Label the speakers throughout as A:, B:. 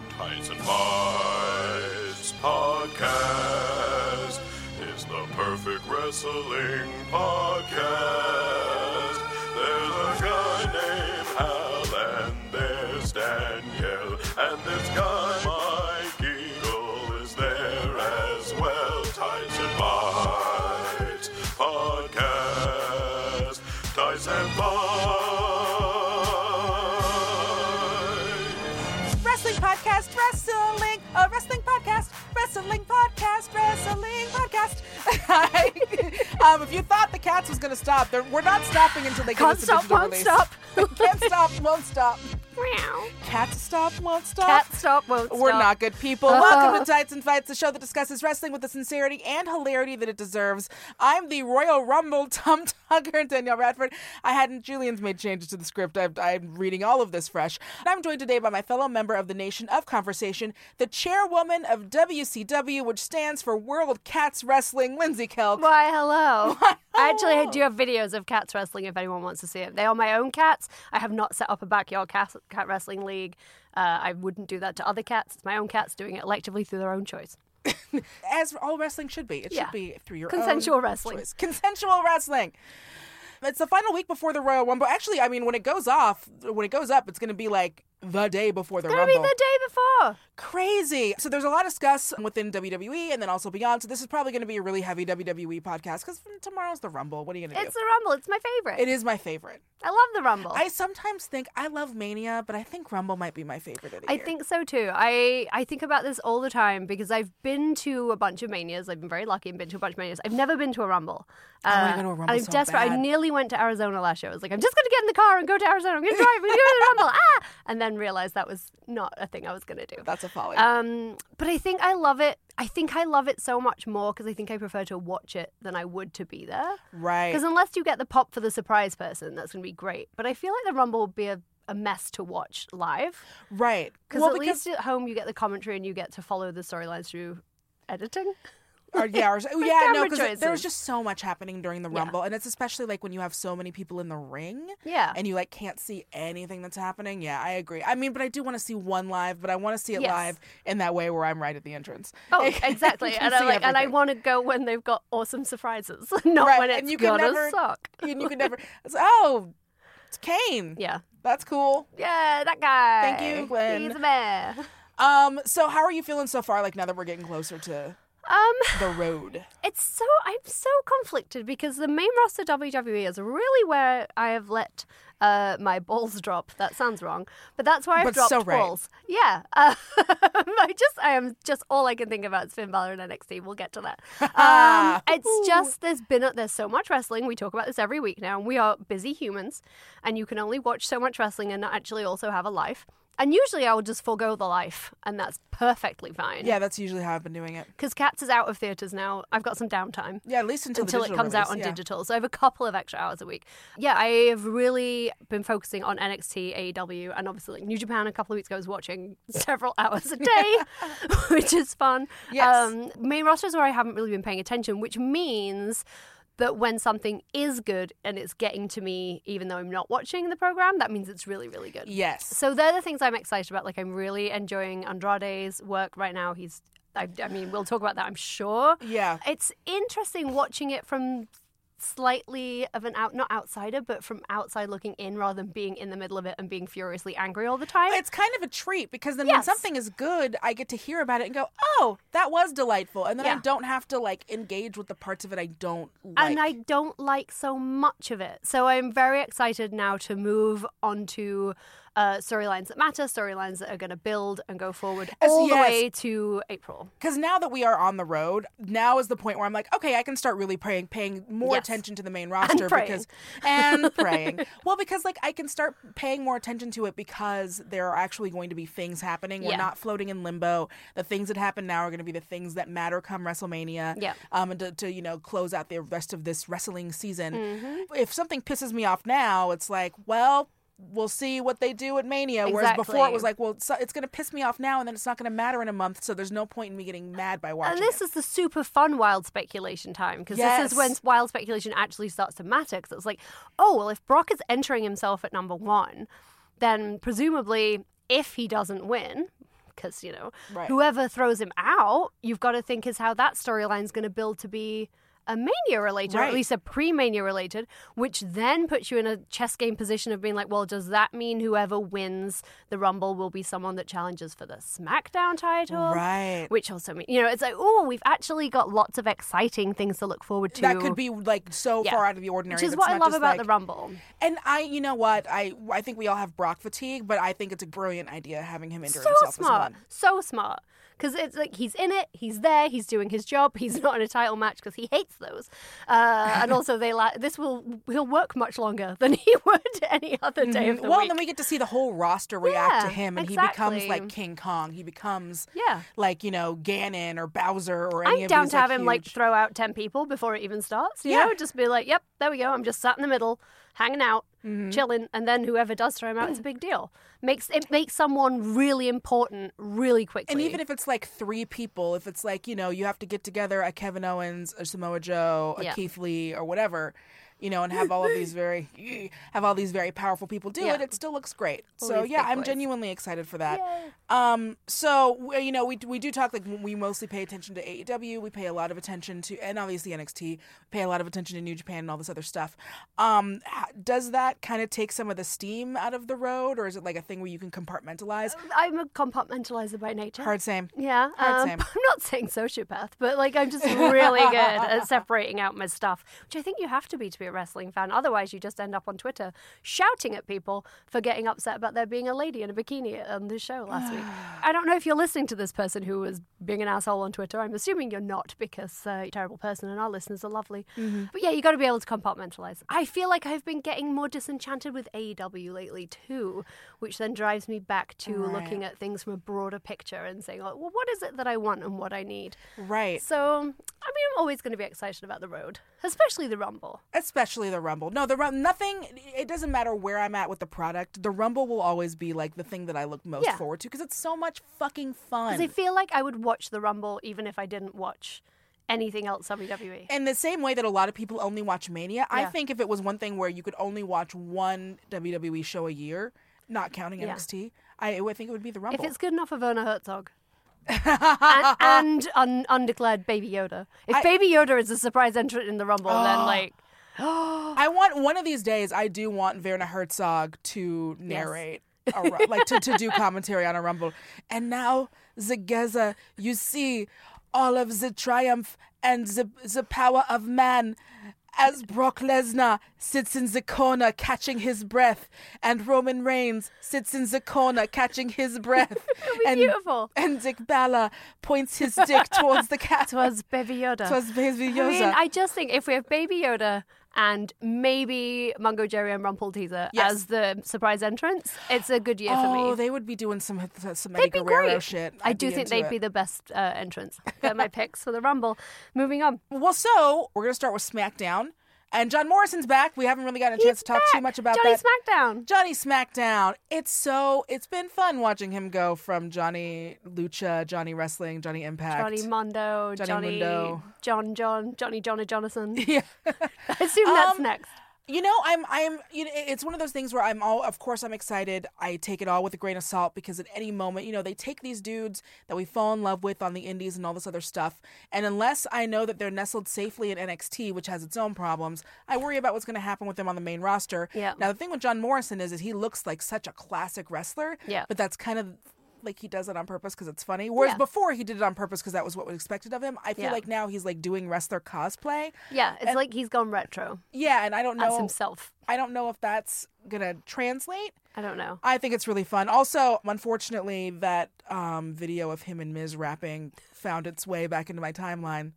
A: Heights and Mights podcast is the perfect wrestling podcast. There's a guy named Hal, and there's Danielle, and this guy Mike Eagle is there as well. Heights and Mights podcast. Heights and Mights.
B: Wrestling podcast, wrestling, uh, wrestling podcast, wrestling podcast, wrestling podcast. Hi. um, if you thought the cats was going to stop, they're, we're not stopping until they give
C: Can't
B: us a
C: stop,
B: digital
C: won't
B: release.
C: stop.
B: Can't stop, won't stop.
C: Meow.
B: Cats stop, won't stop.
C: Can't stop, won't
B: We're
C: stop.
B: not good people. Welcome to Tights and Fights, the show that discusses wrestling with the sincerity and hilarity that it deserves. I'm the Royal Rumble Tom Tucker and Danielle Radford. I hadn't. Julian's made changes to the script. I've, I'm reading all of this fresh. And I'm joined today by my fellow member of the Nation of Conversation, the chairwoman of WCW, which stands for World Cats Wrestling, Lindsay Kelk.
C: Why, hello. Actually, I do have videos of cats wrestling if anyone wants to see it. They are my own cats. I have not set up a backyard cat, cat wrestling league. Uh, I wouldn't do that to other cats. It's my own cats doing it electively through their own choice.
B: As all wrestling should be, it
C: Yeah.
B: should be through your
C: Consensual
B: own
C: wrestling.
B: choice. Consensual wrestling. It's the final week before the Royal Rumble. Actually, I mean, when it goes off, when it goes up, it's going to be like the day before the
C: Gonna be
B: Rumble.
C: the day before.
B: Crazy. So there's a lot of discuss within WWE and then also beyond. So this is probably going to be a really heavy WWE podcast because tomorrow's the Rumble. What are you going to
C: It's
B: do?
C: the Rumble. It's my favorite.
B: it is my favorite.
C: I love the Rumble.
B: I sometimes think I love Mania, but I think Rumble might be my favorite of the
C: I
B: year.
C: think so too. I, I think about this all the time because I've been to a bunch of manias. I've been very lucky and been to a bunch of manias. I've never been to a rumble. Uh,
B: wanna go to a Rumble
C: I'm
B: so
C: desperate. I
B: bad.
C: nearly went to Arizona last year. I was like, I'm just going to get in the car and go to Arizona. I'm going to drive. We're going to the rumble. Ah! And then realized that was not a thing I was going to do.
B: That's a folly.
C: Um, but I think I love it. I think I love it so much more because I think I prefer to watch it than I would to be there.
B: right.
C: Because unless you get the pop for the surprise person, that's going to be great. But I feel like the rumble would be a, a mess to watch live.
B: Right.
C: Because
B: well,
C: at
B: because
C: least at home you get the commentary and you get to follow the storylines through editing.
B: or yeah, or, oh, yeah, no,
C: camera
B: because there was
C: choices.
B: just so much happening during the
C: Yeah.
B: rumble, and it's especially like when you have so many people in the ring,
C: Yeah.
B: and you like can't see anything that's happening. Yeah, I agree. I mean, but I do want to see one live, but I want to see it
C: Yes.
B: live in that way where I'm right at the entrance.
C: Oh,
B: I can
C: exactly. and, I
B: see
C: like, and I
B: everything.
C: want to go when they've got awesome surprises, not
B: Right,
C: when it's
B: and you can
C: gonna
B: never-
C: suck.
B: and you could never. it's- Oh, it's Kane.
C: Yeah.
B: That's cool.
C: Yeah, that guy.
B: Thank you, Gwen.
C: He's a bear.
B: Um, so how are you feeling so far? Like now that we're getting closer to
C: Um,
B: the road,
C: It's so I'm so conflicted because the main roster WWE is really where I have let uh, my balls drop. That sounds wrong, but that's where I've
B: But
C: dropped
B: so right.
C: balls. Yeah, uh, I just I am just all I can think about is Finn Balor and NXT. We'll get to that. Um, it's just there's been a- there's so much wrestling. We talk about this every week now, and we are busy humans, and you can only watch so much wrestling and not actually also have a life. And usually I will just forego the life, and that's perfectly fine.
B: yeah, that's usually how I've been doing it.
C: Because Cats is out of theaters now. I've got some downtime
B: Yeah, at least until, the
C: until it
B: digital
C: comes out
B: release,
C: on
B: yeah.
C: digital. So I have a couple of extra hours a week. Yeah, I have really been focusing on NXT, AEW, E and obviously like New Japan. A couple of weeks ago, I was watching several hours a day, which is fun. Um,
B: Yes.
C: main rosters where I haven't really been paying attention, which means. That when something is good and it's getting to me, even though I'm not watching the program, that means it's really, really good.
B: Yes.
C: So they're the things I'm excited about. Like I'm really enjoying Andrade's work right now. He's, I, I mean, we'll talk about that, I'm sure.
B: Yeah.
C: It's interesting watching it from slightly of an out, not outsider, but from outside looking in rather than being in the middle of it and being furiously angry all the time.
B: it's kind of a treat because then when
C: Yes.
B: something is good, I get to hear about it and go, "Oh, that was delightful," and then I
C: Yeah.
B: don't have to like engage with the parts of it I don't like.
C: and I don't like so much of it. So I'm very excited now to move on to uh, storylines that matter, storylines that are going to build and go forward
B: As-
C: all
B: yes.
C: the way to April.
B: because now that we are on the road, now is the point where I'm like, okay, I can start really praying, paying more
C: Yes.
B: attention to the main roster
C: praying.
B: because and praying. Well, because like I can start paying more attention to it because there are actually going to be things happening. We're
C: Yeah.
B: not floating in limbo. The things that happen now are going to be the things that matter come WrestleMania.
C: Yeah.
B: Um, and to, to you know close out the rest of this wrestling season.
C: Mm-hmm.
B: If something pisses me off now, it's like, well. We'll see what they do at Mania. Whereas before it
C: Exactly.
B: was like, well, so it's going to piss me off now, and then it's not going to matter in a month. So there's no point in me getting mad by watching.
C: And this is the super fun wild speculation time because this
B: Yes.
C: is when wild speculation actually starts to matter. Because it's like, oh well, if Brock is entering himself at number one, then presumably if he doesn't win, because you know
B: Right.
C: whoever throws him out, you've got to think is how that storyline's going to build to be a mania related, or
B: Right.
C: at least a pre-mania related, which then puts you in a chess game position of being like, well, does that mean whoever wins the rumble will be someone that challenges for the SmackDown title?
B: Right.
C: Which also means, you know, it's like, oh, we've actually got lots of exciting things to look forward to.
B: That could be like so
C: Yeah.
B: far out of the ordinary.
C: Which is
B: that's
C: what I
B: not
C: love
B: just,
C: about
B: like-
C: the Rumble.
B: And I, you know what, I I think we all have Brock fatigue, but I think it's a brilliant idea having him enter
C: So
B: himself
C: smart.
B: as one.
C: So smart. Because it's like he's in it, he's there, he's doing his job. He's not in a title match because he hates those. Uh, and also, they la- this will he'll work much longer than he would any other day of the
B: Mm-hmm. well,
C: week.
B: then we get to see the whole roster react to
C: Yeah,
B: him, and he becomes
C: exactly.
B: like King Kong. He becomes
C: Yeah.
B: like you know Ganon or Bowser or any
C: I'm
B: of
C: down
B: these,
C: to have him like
B: huge-
C: throw out ten people before it even starts. You
B: Yeah.
C: know, just be like, "Yep, there we go. I'm just sat in the middle, hanging out,
B: Mm-hmm.
C: chilling." And then whoever does throw him out, it's a big deal. Makes it makes someone really important really quickly.
B: And even if it's like three people, if it's like, you know, you have to get together a Kevin Owens, a Samoa Joe, a
C: Yeah.
B: Keith Lee, or whatever, you know, and have all of these very have all these very powerful people do
C: Yeah.
B: it, it still looks great.
C: All
B: so
C: these
B: yeah,
C: big
B: I'm
C: boys.
B: genuinely excited for that. Um, so w- you know, we we do talk like we mostly pay attention to AEW. We pay a lot of attention to, and obviously NXT. We pay a lot of attention to New Japan and all this other stuff. Um, h- does that kind of take some of the steam out of the road, or is it like a thing where you can compartmentalize?
C: I'm a compartmentalizer by nature.
B: Hard same.
C: Yeah,
B: Hard
C: um,
B: same.
C: I'm not saying sociopath, but like I'm just really good at separating out my stuff, which I think you have to be to be a wrestling fan. Otherwise, you just end up on Twitter shouting at people for getting upset about there being a lady in a bikini on the show last week. I don't know if you're listening to this person who was being an asshole on Twitter. I'm assuming you're not because uh, you're a terrible person, and our listeners are lovely. But yeah, you got to be able to compartmentalize. I feel like I've been getting more disenchanted with AEW lately too, which then drives me back to looking at things from a broader picture and saying, oh, well, what is it that I want and what I need?
B: Right.
C: So, I mean, I'm always going to be excited about the road, especially the Rumble.
B: especially the rumble no the rumble nothing it doesn't matter where i'm at with the product the rumble will always be like the thing that i look most
C: Yeah.
B: forward to because it's so much fucking fun
C: Because I feel like I would watch the Rumble even if I didn't watch anything else E. WWE.
B: in the same way that a lot of people only watch mania i
C: Yeah.
B: think if it was one thing where you could only watch one wwe show a year not counting nxt I, I would think it would be the rumble
C: If it's good enough for Werner Herzog. and and un- undeclared Baby Yoda. If
B: I- Oh.
C: Baby Yoda is a surprise entrant in the Rumble, then like
B: i want one of these days i do want werner herzog to narrate a ru- like to, to do commentary on a rumble and now the gaza you see all of the triumph and the, the power of man as Brock Lesnar sits in the corner catching his breath, and Roman Reigns sits in the corner catching his breath, and
C: beautiful.
B: and Dick Balor points his dick towards the cat.
C: was Baby Yoda.
B: towards Baby Yoda.
C: I mean, I just think if we have Baby Yoda and maybe Mungo Jerry and Rumple Teaser
B: Yes.
C: as the surprise entrance, it's a good year
B: oh,
C: for me.
B: they would be doing some some Eddie
C: They'd be
B: Guerrero
C: great.
B: shit.
C: I
B: I'd
C: do think
B: into
C: they'd
B: it.
C: be the best uh, entrance. They're my picks for the Rumble. Moving on.
B: Well, so we're gonna start with SmackDown, and John Morrison's back. We haven't really gotten a chance to talk too
C: Back.
B: much about
C: Johnny
B: that.
C: SmackDown.
B: Johnny SmackDown. It's so it's been fun watching him go from Johnny Lucha, Johnny Wrestling, Johnny Impact.
C: Johnny Mondo,
B: Johnny
C: Johnny,
B: Mundo.
C: John John, Johnny Johnny Jonathan.
B: yeah.
C: I assume that's
B: Um,
C: next.
B: You know, I'm, I'm, you know, it's one of those things where I'm all, of course, I'm excited. I take it all with a grain of salt because at any moment, you know, they take these dudes that we fall in love with on the indies and all this other stuff. And unless I know that they're nestled safely in NXT, which has its own problems, I worry about what's going to happen with them on the main roster.
C: Yeah.
B: Now, the thing with John Morrison is, is he looks like such a classic wrestler.
C: Yeah.
B: But that's kind of like he does it on purpose because it's funny. Whereas
C: Yeah.
B: before he did it on purpose because that was what was expected of him. I feel
C: Yeah.
B: like now he's like doing wrestler cosplay.
C: Yeah, it's like he's gone retro
B: Yeah. And I don't
C: as
B: know.
C: himself.
B: I don't know if that's gonna translate.
C: I don't know.
B: I think it's really fun. Also, unfortunately, that um, video of him and Miz rapping found its way back into my timeline.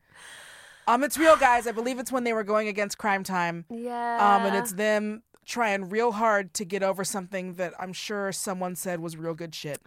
B: Um, it's real, guys. I believe it's when they were going against Crime Time.
C: Yeah.
B: Um, and it's them trying real hard to get over something that I'm sure someone said was real good shit.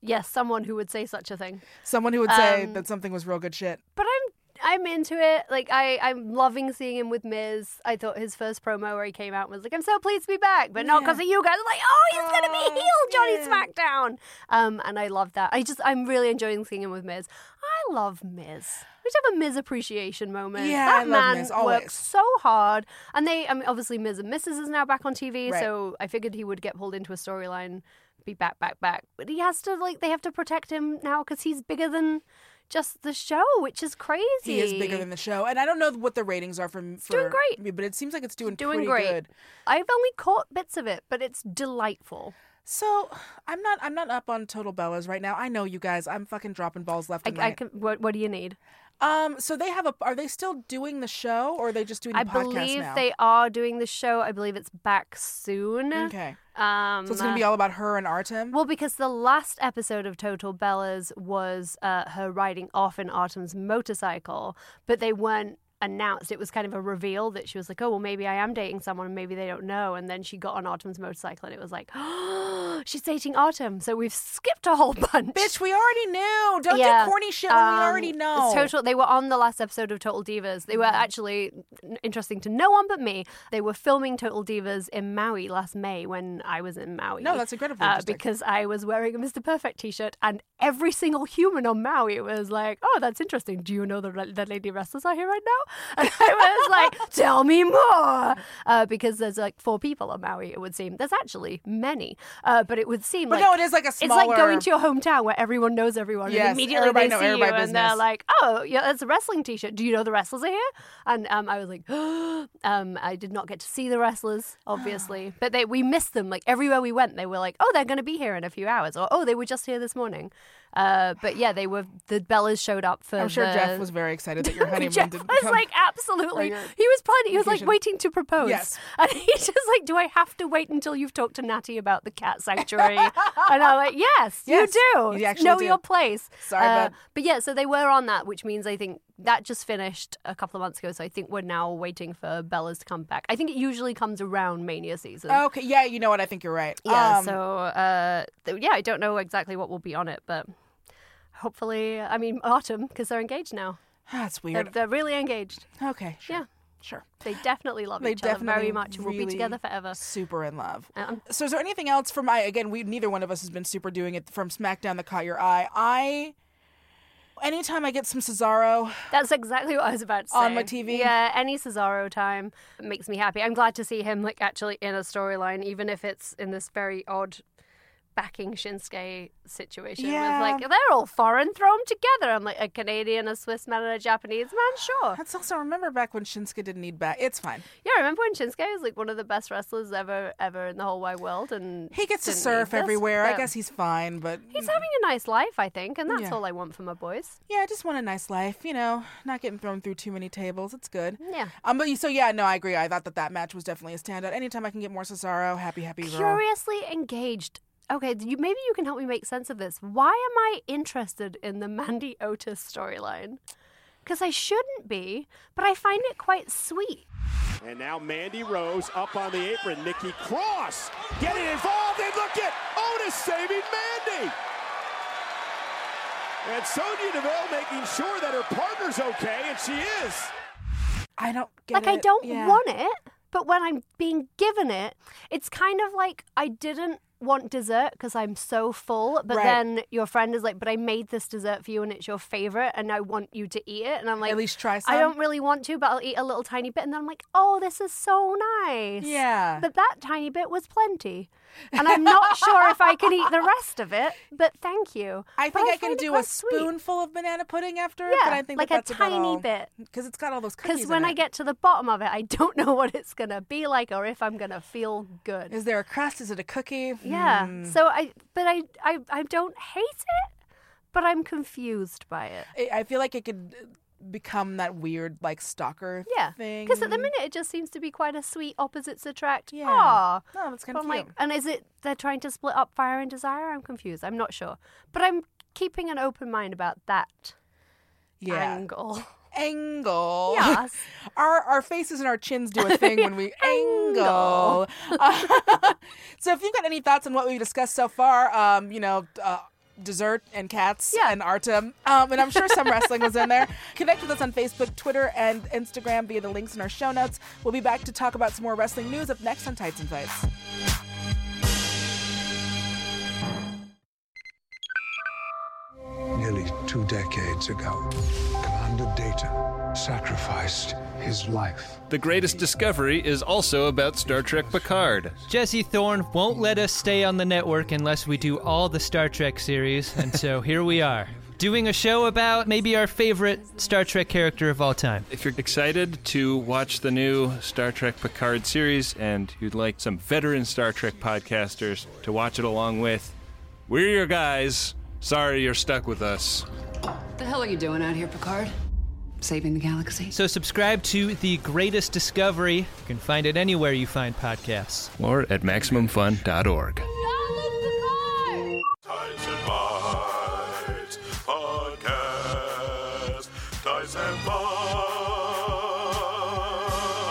C: yes, someone who would say such a thing.
B: Someone who would say
C: Um,
B: that something was real good shit.
C: but I'm I'm into it. Like I I'm loving seeing him with Miz. I thought his first promo where he came out was like, "I'm so pleased to be back," but not
B: Yeah.
C: because of you guys. I'm like, "Oh, he's gonna
B: Oh,
C: be heel, Johnny
B: yeah.
C: SmackDown." Um, and I love that. I just I'm really enjoying seeing him with Miz. I love Miz. We should have a Miz appreciation moment.
B: Yeah,
C: that
B: I love
C: man
B: Miz, always.
C: works so hard, and they. I mean, obviously Miz and Mrs. is now back on TV,
B: Right.
C: so I figured he would get pulled into a storyline. be back, back, back. But he has to like they have to protect him now because he's bigger than just the show, which is crazy.
B: He is bigger than the show, and I don't know what the ratings are from. For,
C: doing great.
B: me, but it seems like it's doing pretty
C: doing great.
B: good.
C: I've only caught bits of it, but it's delightful.
B: So I'm not I'm not up on Total Bellas right now. I know you guys. I'm fucking dropping balls left
C: I,
B: and
C: I
B: right.
C: can. What, what do you need?
B: Um. So they have a. Are they still doing the show, or are they just doing the
C: I
B: podcast
C: believe
B: now?
C: they are doing the show. I believe it's back soon.
B: Okay.
C: Um,
B: So it's gonna be all about her and Artem.
C: Well, because the last episode of Total Bellas was uh, her riding off in Autumn's motorcycle, but they weren't announced. It was kind of a reveal that she was like, oh, well, maybe I am dating someone and maybe they don't know. And then she got on Autumn's motorcycle and it was like, oh, she's dating Autumn. So we've skipped a whole bunch.
B: Bitch, we already knew. Don't
C: Yeah,
B: do corny shit when we
C: Um,
B: already
C: it's
B: know. Mm-hmm.
C: Total. They were on the last episode of Total Divas. They were actually n- interesting to no one but me. They were filming Total Divas in Maui last May when I was in Maui.
B: No, that's incredibly
C: Uh,
B: interesting.
C: because I was wearing a Mr. Perfect T-shirt, and every single human on Maui was like, "Oh, that's interesting. Do you know the re- the lady wrestlers are here right now?" And I was like, "Tell me more," uh, because there's like four people on Maui. It would seem there's actually many, uh, but it would seem
B: but
C: like
B: no, it is like a
C: it's
B: smaller.
C: like going to your hometown where everyone knows everyone.
B: Yes,
C: and immediately
B: everybody
C: they
B: know
C: see you
B: everybody
C: and they're
B: business.
C: like, "Oh, yeah, that's a wrestling T-shirt. Do you know the wrestlers are here?" And um, I was like, um, "I did not get to see the wrestlers, obviously, but they, we missed them. Like everywhere we went, they were like, "Oh, they're going to be here in a few hours," or "Oh, they were just here this morning." Uh, but yeah, they were. The Bellas showed up for.
B: I'm sure
C: the-
B: Jeff was very excited that your honeymoon
C: Jeff
B: didn't
C: was
B: come.
C: like, absolutely.
B: your
C: He was planning. He was like
B: vacation.
C: waiting to propose.
B: Yes.
C: And he's just like, do I have to wait until you've talked to Natty about the cat sanctuary? and I'm like, yes,
B: Yes,
C: you do.
B: you actually
C: know
B: do.
C: your place. Uh,
B: Sorry, bud.
C: But yeah, so they were on that, which means I think that just finished a couple of months ago. So I think we're now waiting for Bella's to come back. I think it usually comes around Mania season.
B: okay, yeah, you know what? I think you're right.
C: Yeah,
B: Oh, Um,
C: so uh, th- yeah, I don't know exactly what will be on it, but hopefully, I mean, autumn because they're engaged now.
B: that's
C: They're,
B: weird.
C: they're really engaged.
B: Okay, sure,
C: Yeah.
B: sure.
C: They definitely love
B: They
C: each other
B: definitely
C: very much and will be
B: really-
C: together forever.
B: Super in love.
C: Um,
B: So is there anything else from I again we neither one of us has been super doing it from SmackDown that caught your eye. I anytime I get some Cesaro,
C: that's exactly what I was about to say.
B: On my TV?
C: Yeah, any Cesaro time makes me happy. I'm glad to see him like actually in a storyline, even if it's in this very odd backing Shinsuke situation.
B: Yeah.
C: With like they're all foreign, throw them together. I'm like a Canadian, a Swiss man, and a Japanese man. Sure.
B: that's also remember back when Shinsuke didn't need back. It's fine.
C: Yeah, remember when Shinsuke was like one of the best wrestlers ever, ever in the whole wide world, and
B: He gets to
C: didn't need
B: surf
C: this,
B: everywhere. I
C: but
B: guess he's fine, but
C: He's having a nice life, I think, and that's
B: Yeah.
C: all I want for my boys.
B: yeah, I just want a nice life, you know, not getting thrown through too many tables. It's good.
C: Yeah.
B: Um, but you- so yeah, no, I agree. I thought that that match was definitely a standout. Anytime I can get more Cesaro, happy, happy girl.
C: curiously engaged. Okay, you, maybe you can help me make sense of this. Why am I interested in the Mandy Otis storyline? Because I shouldn't be, but I find it quite sweet.
D: And now Mandy Rose up on the apron. Nikki Cross getting involved. And look at Otis saving Mandy. And Sonya Deville making sure that her partner's okay, and she is.
B: I don't get
C: Like,
B: it.
C: I don't
B: Yeah.
C: want it, but when I'm being given it, it's kind of like I didn't want dessert because I'm so full, but
B: Right.
C: then your friend is like, But I made this dessert for you and it's your favorite, and I want you to eat it. And I'm like,
B: at least try some.
C: I don't really want to, but I'll eat a little tiny bit. And then I'm like, oh, this is so nice.
B: Yeah.
C: But that tiny bit was plenty. And I'm not sure if I can eat the rest of it, but thank you.
B: I
C: But
B: think I, can
C: find it
B: do a
C: Oh, quite sweet.
B: spoonful of banana pudding after it,
C: Yeah,
B: but I think
C: like
B: that that's
C: a
B: about
C: tiny
B: all.
C: bit.
B: because it's got all those cookies.
C: Because when
B: in
C: I
B: it.
C: get to the bottom of it, I don't know what it's going to be like or if I'm going to feel good.
B: is there a crust? Is it a cookie?
C: yeah.
B: Hmm.
C: So I, but I, I, I don't hate it, but I'm confused by it.
B: I- I feel like it could become that weird like stalker
C: Yeah.
B: thing.
C: Because at the minute, it just seems to be quite a sweet opposites attract.
B: Yeah.
C: Aw.
B: no, Oh, that's kind
C: But
B: of
C: I'm
B: cute.
C: like, and is it they're trying to split up fire and desire? I'm confused. I'm not sure, but I'm keeping an open mind about that
B: yeah,
C: angle.
B: angle.
C: Yes.
B: our our faces and our chins do a thing when we angle. Uh, so if you've got any thoughts on what we've discussed so far, um, you know. Uh, Dessert and cats
C: Yeah.
B: and Artem. Um, and I'm sure some wrestling was in there. Connect with us on Facebook, Twitter, and Instagram via the links in our show notes. We'll be back to talk about some more wrestling news up next on Tights and Fights.
E: Nearly nearly two decades ago, Commander Data sacrificed his life.
F: The Greatest Discovery is also about Star Trek Picard.
G: Jesse Thorne won't let us stay on the network unless we do all the Star Trek series, and so here we are. Doing a show about maybe our favorite Star Trek character of all time.
F: If you're excited to watch the new Star Trek Picard series and you'd like some veteran Star Trek podcasters to watch it along with, we're your guys. Sorry you're stuck with us.
H: The hell are you doing out here, Picard? Saving the galaxy?
G: So subscribe to The Greatest Discovery. You can find it anywhere you find podcasts.
F: Or at MaximumFun.org.
A: Tights and Bites Podcast. Tights and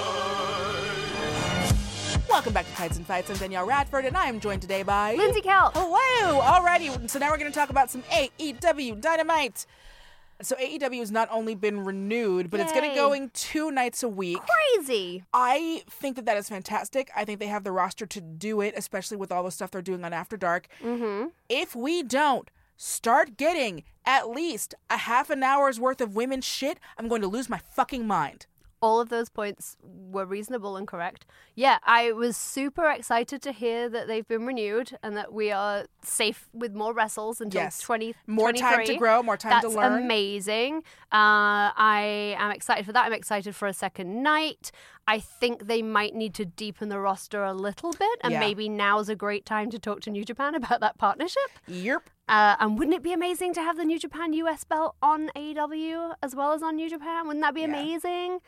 A: Bites.
B: Welcome back to Tights and Fights. I'm Danielle Radford, and I am joined today by
C: Lindsay Kelp.
B: Oh. Hello! Alrighty, so now we're going to talk about some AEW Dynamite. So AEW has not only been renewed, but it's going to
C: Yay.
B: going two nights a week.
C: Crazy.
B: I think that that is fantastic. I think they have the roster to do it, especially with all the stuff they're doing on After Dark. Mm-hmm. If we don't start getting at least a half an hour's worth of women's shit, I'm going to lose my fucking mind.
C: all of those points were reasonable and correct. Yeah, I was super excited to hear that they've been renewed and that we are safe with more wrestles until
B: Yes.
C: 20
B: More time to
C: 23.
B: grow, more time to
C: That's
B: learn.
C: amazing. Uh, I am excited for that. I'm excited for a second night. I think they might need to deepen the roster a little bit, and
B: Yeah.
C: maybe now's a great time to talk to New Japan about that partnership.
B: Yerp.
C: Uh, and wouldn't it be amazing to have the New Japan US belt on AEW as well as on New Japan? Wouldn't that be amazing?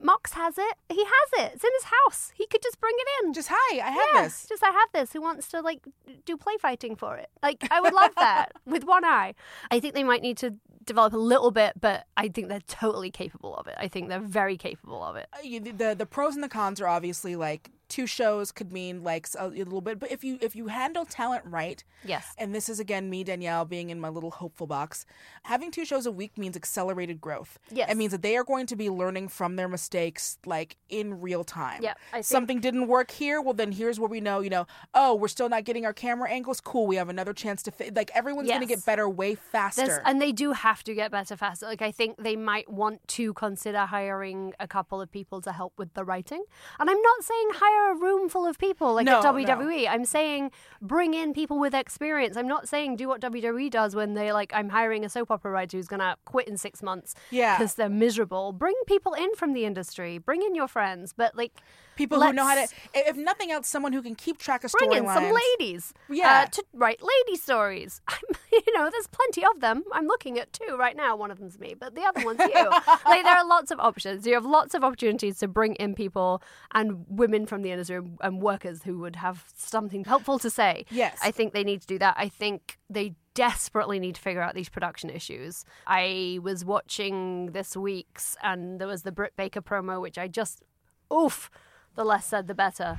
C: Mox has it. He has it. It's in his house. He could just bring it in.
B: Just hi, I have
C: yeah,
B: this.
C: Just I have this. Who wants to like do play fighting for it? Like I would love that with one eye. I think they might need to develop a little bit, but I think they're totally capable of it. I think they're very capable of it.
B: Uh, you- the- the the pros and the cons are obviously like two shows could mean like a little bit, but if you if you handle talent right,
C: Yes.
B: and this is again me Danielle being in my little hopeful box. Having two shows a week means accelerated growth.
C: Yes.
B: it means that they are going to be learning from their mistakes like in real time.
C: Yep, I think-
B: something didn't work here. Well, then here's where we know. You know, oh, we're still not getting our camera angles. Cool, we have another chance to fi-. like everyone's going to
C: Yes.
B: get better way faster.
C: There's- and they do have to get better faster. Like I think they might want to consider hiring a couple of people to help with the writing. And I'm not saying hire a room full of people like
B: No,
C: at WWE. I'm saying bring in people with experience. I'm not saying do what WWE does when they like I'm hiring a soap opera writer who's gonna quit in six months.
B: Yeah.
C: because they're miserable. Bring people in from the industry. Bring in your friends, but like
B: People who know how to,
C: let's-
B: i- if nothing else, someone who can keep track of
C: bring in some
B: storylines.
C: ladies
B: Yeah.
C: uh, to write lady stories I'm, you know there's plenty of them i'm looking at two right now one of them's me but the other one's you like there are lots of options you have lots of opportunities to bring in people and women from the industry and- and workers who would have something helpful to say
B: Yes.
C: i think they need to do that i think they desperately need to figure out these production issues i was watching this week's and there was the britt baker promo which i just oof the less said the better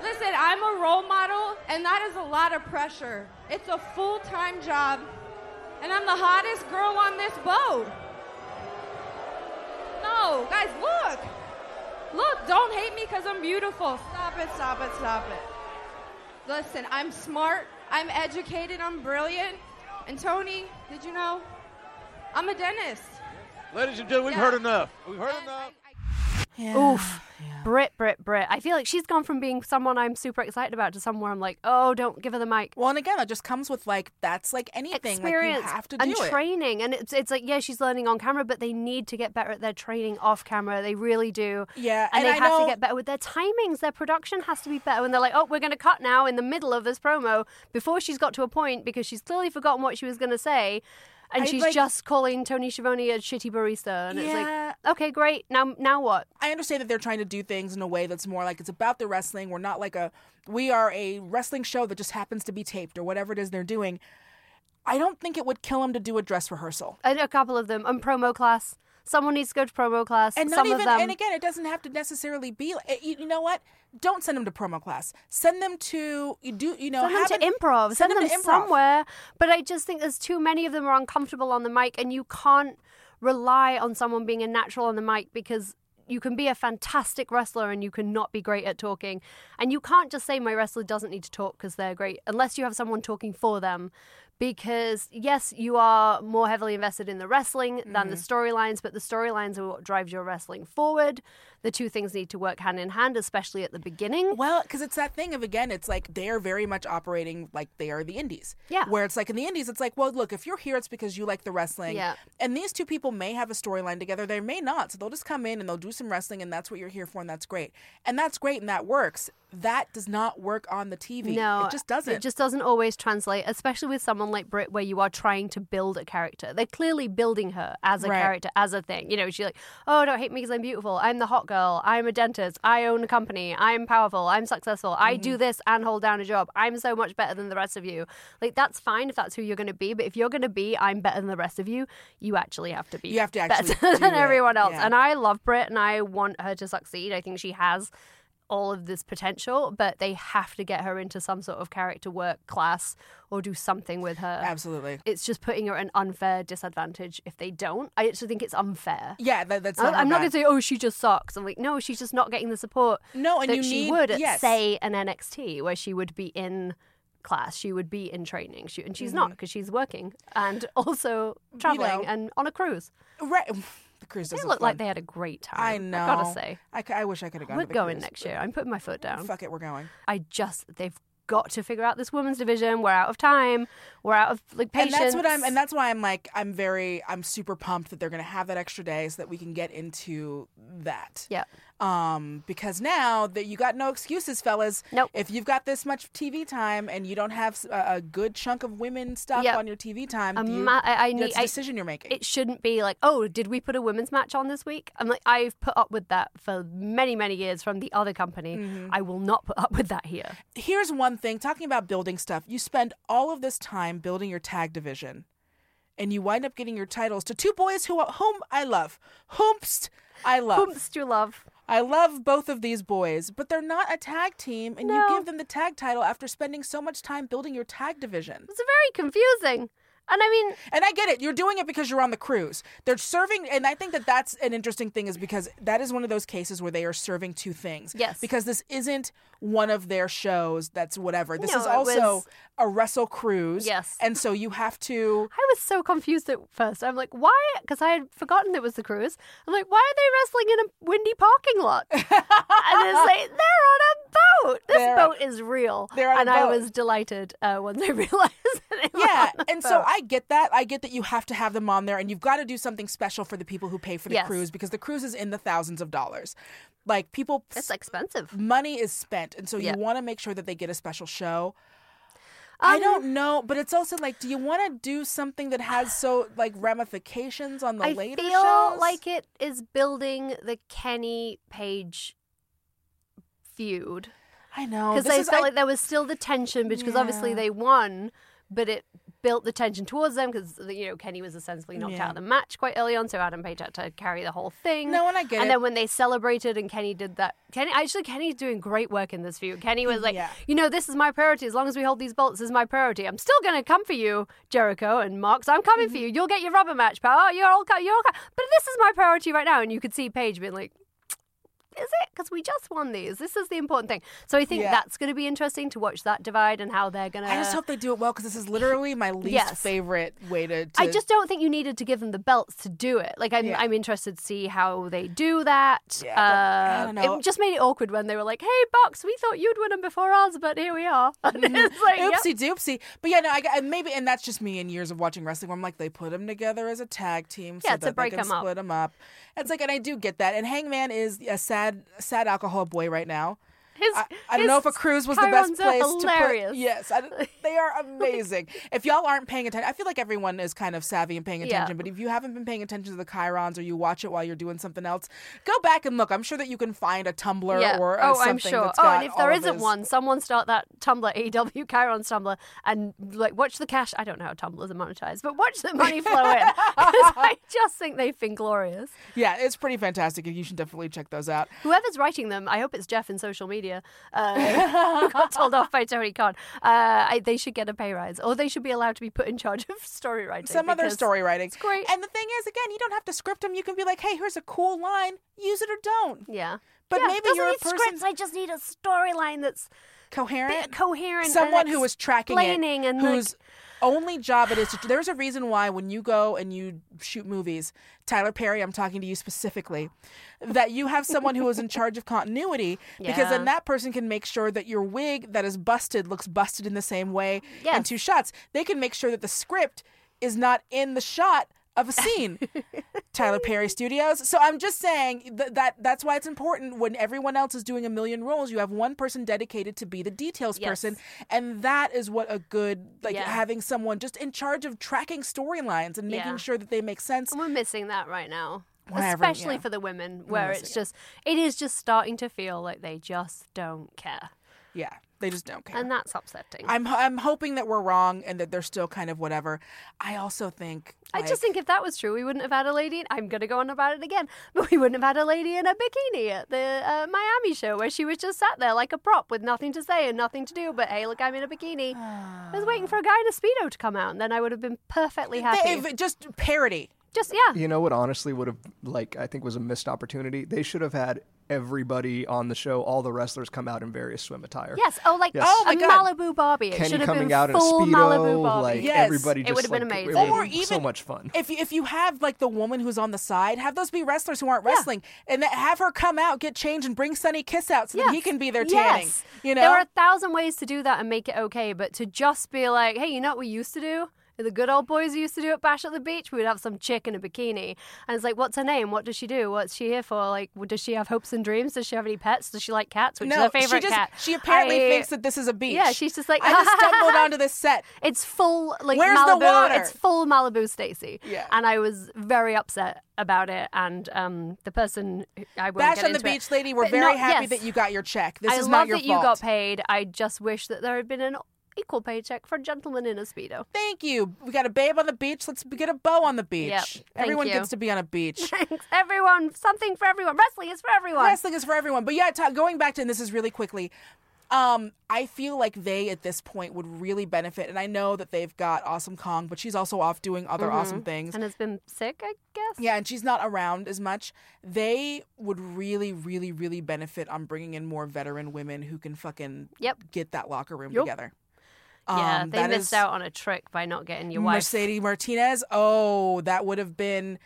I: Listen, I'm a role model, and that is a lot of pressure. It's a full time job, and I'm the hottest girl on this boat. No, guys, look. Look, don't hate me because I'm beautiful. Stop it, stop it, stop it. Listen, I'm smart, I'm educated, I'm brilliant. And Tony, did you know? I'm a dentist.
J: Ladies and gentlemen, we've
I: Yeah.
J: heard enough. We've heard
I: And
J: enough.
I: I- I-
C: Oof. Brit, Brit, Brit. I feel like she's gone from being someone I'm super excited about to someone I'm like, oh, don't give her the mic.
B: Well, and again, that just comes with like that's like anything.
C: Experience
B: like you have to do
C: and
B: it.
C: training, and it's it's like yeah, she's learning on camera, but they need to get better at their training off camera. They really do.
B: Yeah, and
C: and, they
B: I
C: have
B: know-
C: to get better with their timings. Their production has to be better. And they're like, oh, we're going to cut now in the middle of this promo before she's got to a point because she's clearly forgotten what she was going to say. And
B: I,
C: she's
B: like-
C: just calling Tony Schiavone a shitty barista, and
B: Yeah.
C: it's like, okay, great. Now, now what?
B: I understand that they're trying to do things in a way that's more like it's about the wrestling. We're not like a we are a wrestling show that just happens to be taped or whatever it is they're doing. I don't think it would kill them to do a dress rehearsal.
C: and a couple of them and promo class. Someone needs to go to promo class.
B: And not
C: Some
B: even
C: of them.
B: and again, it doesn't have to necessarily be like, you you know what? Don't send them to promo class. Send them to you do you know
C: Send them
B: have
C: to
B: an-
C: improv. Send, them,
B: to improv.
C: somewhere. But I just think there's too many of them are uncomfortable on the mic, and you can't rely on someone being a natural on the mic because you can be a fantastic wrestler and you can not be great at talking. And you can't just say my wrestler doesn't need to talk because they're great unless you have someone talking for them. because yes, you are more heavily invested in the wrestling than
B: Mm.
C: the storylines, but the storylines are what drives your wrestling forward. The two things need to work hand in hand, especially at the beginning.
B: Well, because it's that thing of again, it's like they're very much operating like they are the indies.
C: Yeah.
B: Where it's like in the indies, it's like, well, look, if you're here, it's because you like the wrestling.
C: Yeah.
B: And these two people may have a storyline together, they may not. So they'll just come in and they'll do some wrestling, and that's what you're here for, and that's great. And that's great, and that works. That does not work on the TV.
C: No,
B: it just doesn't.
C: It just doesn't always translate, especially with someone like Brit, where you are trying to build a character. They're clearly building her as a
B: Right.
C: character, as a thing. You know, she's like, "Oh, don't hate me because I'm beautiful. I'm the hot girl. I'm a dentist. I own a company. I'm powerful. I'm successful. I
B: Mm-hmm.
C: do this and hold down a job. I'm so much better than the rest of you." Like that's fine if that's who you're going to be, but if you're going to be, "I'm better than the rest of you," you actually have to be.
B: You have to
C: better
B: actually
C: than
B: do it.
C: everyone else,
B: Yeah.
C: and I love Brit, and I want her to succeed. I think she has all of this potential, but they have to get her into some sort of character work class or do something with her.
B: Absolutely.
C: It's just putting her at an unfair disadvantage if they don't. I actually think it's unfair.
B: Yeah, that, that's.
C: I-
B: Not
C: I'm not
B: bad.
C: going to say, oh, she just sucks. I'm like, no, she's just not getting the support
B: No, and
C: that
B: you
C: she
B: need-
C: would at,
B: yes.
C: say, an NXT, where she would be in class, she would be in training, she, and she's not because she's working and also traveling
B: Mm-hmm. know.
C: and on a cruise.
B: Right. The cruise
C: They
B: doesn't
C: look like
B: fun.
C: they had a great time.
B: I know.
C: I've got to say.
B: I, c- I wish I could have gone.
C: We're
B: to the
C: going
B: cruise,
C: next
B: but
C: year. I'm putting my foot down.
B: Fuck it, we're going.
C: I just they've got to figure out this women's division. We're out of time. We're out of like patience.
B: And that's what I'm, and that's why I'm like, I'm very, I'm super pumped that they're going to have that extra day so that we can get into that.
C: yeah.
B: Um, because now that you got no excuses, fellas.
C: Nope.
B: If you've got this much TV time and you don't have s- a, a good chunk of women stuff
C: Yep.
B: on your TV time,
C: A
B: do you,
C: ma- I- I
B: that's
C: need-
B: a
C: I-
B: decision you're making.
C: It shouldn't be like, oh, did we put a women's match on this week? I'm like, I've put up with that for many, many years from the other company.
B: Mm-hmm.
C: I will not put up with that here.
B: Here's one thing: talking about building stuff, you spend all of this time building your tag division, and you wind up getting your titles to two boys who uh, whom I love, whomst I love.
C: Pumps to love.
B: I love both of these boys, but they're not a tag team, and you give them the tag title after spending so much time building your tag division.
C: It's very confusing. And I mean,
B: And I get it. You're doing it because you're on the cruise. They're serving, and I think that that's an interesting thing, is because that is one of those cases where they are serving two things.
C: Yes.
B: Because this isn't one of their shows that's whatever. This
C: No,
B: is
C: it
B: also
C: was-
B: a wrestle cruise.
C: Yes.
B: And so you have to.
C: I was so confused at first. I'm like, why? Because I had forgotten it was the cruise. I'm like, why are they wrestling in a windy parking lot? and it's like, they're on a boat. This
B: They're-
C: boat is real.
B: they're on a
C: and I
B: boat.
C: was delighted uh, once I realized. That they were
B: Yeah,
C: on a
B: and so
C: boat.
B: I get that. I get that you have to have them on there, and you've got to do something special for the people who pay for the
C: Yes.
B: cruise because the cruise is in the thousands of dollars. Like people,
C: It's expensive.
B: money is spent, and so
C: Yeah.
B: you want to make sure that they get a special show. I
C: Um,
B: don't know, but it's also like, do you want to do something that has so like ramifications on the
C: I
B: later
C: feel
B: shows?
C: like it is building the Kenny Page feud.
B: I know
C: because
B: this
C: they
B: is-
C: felt
B: I-
C: like there was still the tension because obviously
B: Yeah.
C: they won, but it built the tension towards them because you know Kenny was essentially knocked
B: Yeah.
C: out of the match quite early on, so Adam Page had to carry the whole thing.
B: No, and I get
C: And
B: it.
C: then when they celebrated and Kenny did that, Kenny actually Kenny's doing great work in this feud. Kenny was like,
B: Yeah.
C: you know, this is my priority. As long as we hold these bolts, this is my priority. I'm still going to come for you, Jericho and Mox. I'm coming
B: Mm-hmm.
C: for you. You'll get your rubber match, pal. You're all cut. You're all cut. But this is my priority right now. And you could see Page being like is it? Because we just won these. This is the important thing. So I think
B: Yeah.
C: that's going to be interesting to watch that divide and how they're going to.
B: I just hope they do it well because this is literally my least
C: Yes.
B: favorite way to, to.
C: I just don't think you needed to give them the belts to do it. Like I'm,
B: Yeah.
C: I'm interested to see how they do that. Uh,
B: Yeah, but I don't know.
C: It just made it awkward when they were like, "Hey, Box, we thought you'd win them before us, but here we are." And it's like, yep.
B: Mm-hmm. Oopsie doopsie, but yeah, no, I and maybe, and that's just me in years of watching wrestling. Where I'm like, they put them together as a tag team, so
C: Yeah, to
B: that
C: break
B: they can
C: 'em up.
B: split them up. It's like, and I do get that. And Hangman is a sad, sad alcohol boy right now.
C: His-
B: I, I don't
C: his
B: know if a cruise was the best
C: Chirons are
B: place to
C: hilarious.
B: put. Yes, I, they are amazing. if y'all aren't paying attention, I feel like everyone is kind of savvy and paying
C: Yeah.
B: attention. But if you haven't been paying attention to the Chirons or you watch it while you're doing something else, go back and look. I'm sure that you can find a Tumblr
C: Yeah.
B: or a
C: oh,
B: something
C: I'm sure.
B: that's
C: Oh,
B: got
C: and if there
B: all of
C: isn't
B: his-
C: one, someone start that Tumblr AW Chiron's Tumblr and like watch the cash. I don't know how Tumblrs are monetized, but watch the money flow in. 'Cause I just think they've been glorious.
B: Yeah, it's pretty fantastic, and you should definitely check those out.
C: Whoever's writing them, I hope it's Jeff in social media uh, who got told off by Tony Khan. Uh, I, they should get a pay rise, or they should be allowed to be put in charge of story writing.
B: Some other
C: because-
B: story writing.
C: it's great.
B: And the thing is, again, you don't have to script them. You can be like, "Hey, here's a cool line. Use it or don't."
C: Yeah.
B: But
C: Yeah,
B: maybe
C: doesn't
B: you're a
C: need
B: person
C: scripts. I just need a storyline that's
B: coherent.
C: bit coherent. and
B: Someone who is tracking it,
C: explaining and like,
B: who's only job it is to. There's a reason why when you go and you shoot movies, Tyler Perry, I'm talking to you specifically, that you have someone who is in charge of continuity because
C: Yeah.
B: then that person can make sure that your wig that is busted looks busted in the same way in
C: Yes.
B: two shots. They can make sure that the script is not in the shot of a scene. Tyler Perry Studios. So I'm just saying th- that that's why it's important when everyone else is doing a million roles, you have one person dedicated to be the details
C: Yes.
B: person, and that is what a good like
C: Yeah.
B: having someone just in charge of tracking storylines and making
C: Yeah.
B: sure that they make sense.
C: And we're missing that right now.
B: Whatever,
C: Especially
B: yeah.
C: for the women, where
B: missing
C: it's just, it is just starting to feel like they just don't care.
B: Yeah, they just don't care.
C: And that's upsetting. i
B: I'm I'm hoping that we're wrong and that they're still kind of whatever. I also think like,
C: just think if that was true, we wouldn't have had a lady. I'm going to go on about it again, but we wouldn't have had a lady in a bikini at the uh, Miami show where she was just sat there like a prop with nothing to say and nothing to do. But hey, look, I'm in a bikini. I was waiting for a guy in a speedo to come out, and then I would have been perfectly happy.
B: they, just parody.
C: just yeah,
K: You know what honestly would have like I think was a missed opportunity? They should have had everybody on the show, all the wrestlers come out in various swim attire.
C: yes. Oh, like
K: Yes.
B: Oh my
C: a
B: God.
C: Malibu Barbie. It should
K: Kenny
C: have
K: coming
C: been
K: out in a
C: full Malibu
K: speedo,
C: Barbie.
K: like
B: Yes.
K: everybody
C: It
K: just
C: would've been
K: like,
C: amazing.
K: would've
B: Or
K: been so
B: even-
K: much fun.
B: If you- if you have like the woman who's on the side, have those be wrestlers who aren't wrestling, and that, have her come out, get changed, and bring Sunny Kiss out so that he
C: Yes.
B: can be there tanning.
C: Yes.
B: You know,
C: there are a thousand ways to do that and make it okay, but to just be like, hey, you know what we used to do? The good old boys used to do at Bash at the Beach. We would have some chick in a bikini, and it's like, what's her name? What does she do? What's she here for? Like, w- does she have hopes and dreams? Does she have any pets? Does she like cats? Which is
B: no,
C: her favorite
B: she just
C: cat.
B: she apparently
C: I-
B: thinks that this is a beach.
C: Yeah, she's just like,
B: I just stumbled onto this set.
C: It's full like
B: Where's the
C: Malibu.
B: water?
C: It's full Malibu, Stacy.
B: Yeah.
C: and I was very upset about it. And um, the person who- I won't
B: Bash
C: get
B: on the
C: into it,
B: beach, lady. We're
C: but
B: very
C: not-
B: happy
C: yes.
B: that you got your check. This
C: I
B: is
C: love
B: not your
C: that
B: fault.
C: you got paid. I just wish that there had been an equal paycheck for a gentleman in a speedo.
B: Thank you. We got a babe on the beach. Let's get a bow on the beach.
C: Yep. Thank
B: Everyone
C: you.
B: gets to be on a beach.
C: Thanks, everyone. Something for everyone. Wrestling is for everyone.
B: Wrestling is for everyone. But yeah, ta going back to, and this is really quickly, um, I feel like they at this point would really benefit. And I know that they've got Awesome Kong, but she's also off doing other awesome things.
C: Mm-hmm. And has been sick, I guess.
B: yeah, and she's not around as much. They would really, really, really benefit on bringing in more veteran women who can fucking
C: Yep.
B: get that locker room
C: Yup.
B: together.
C: Yeah,
B: Um,
C: they
B: that
C: missed
B: is-
C: out on a trick by not getting your wife.
B: Mercedes Martinez. Oh, that would have been.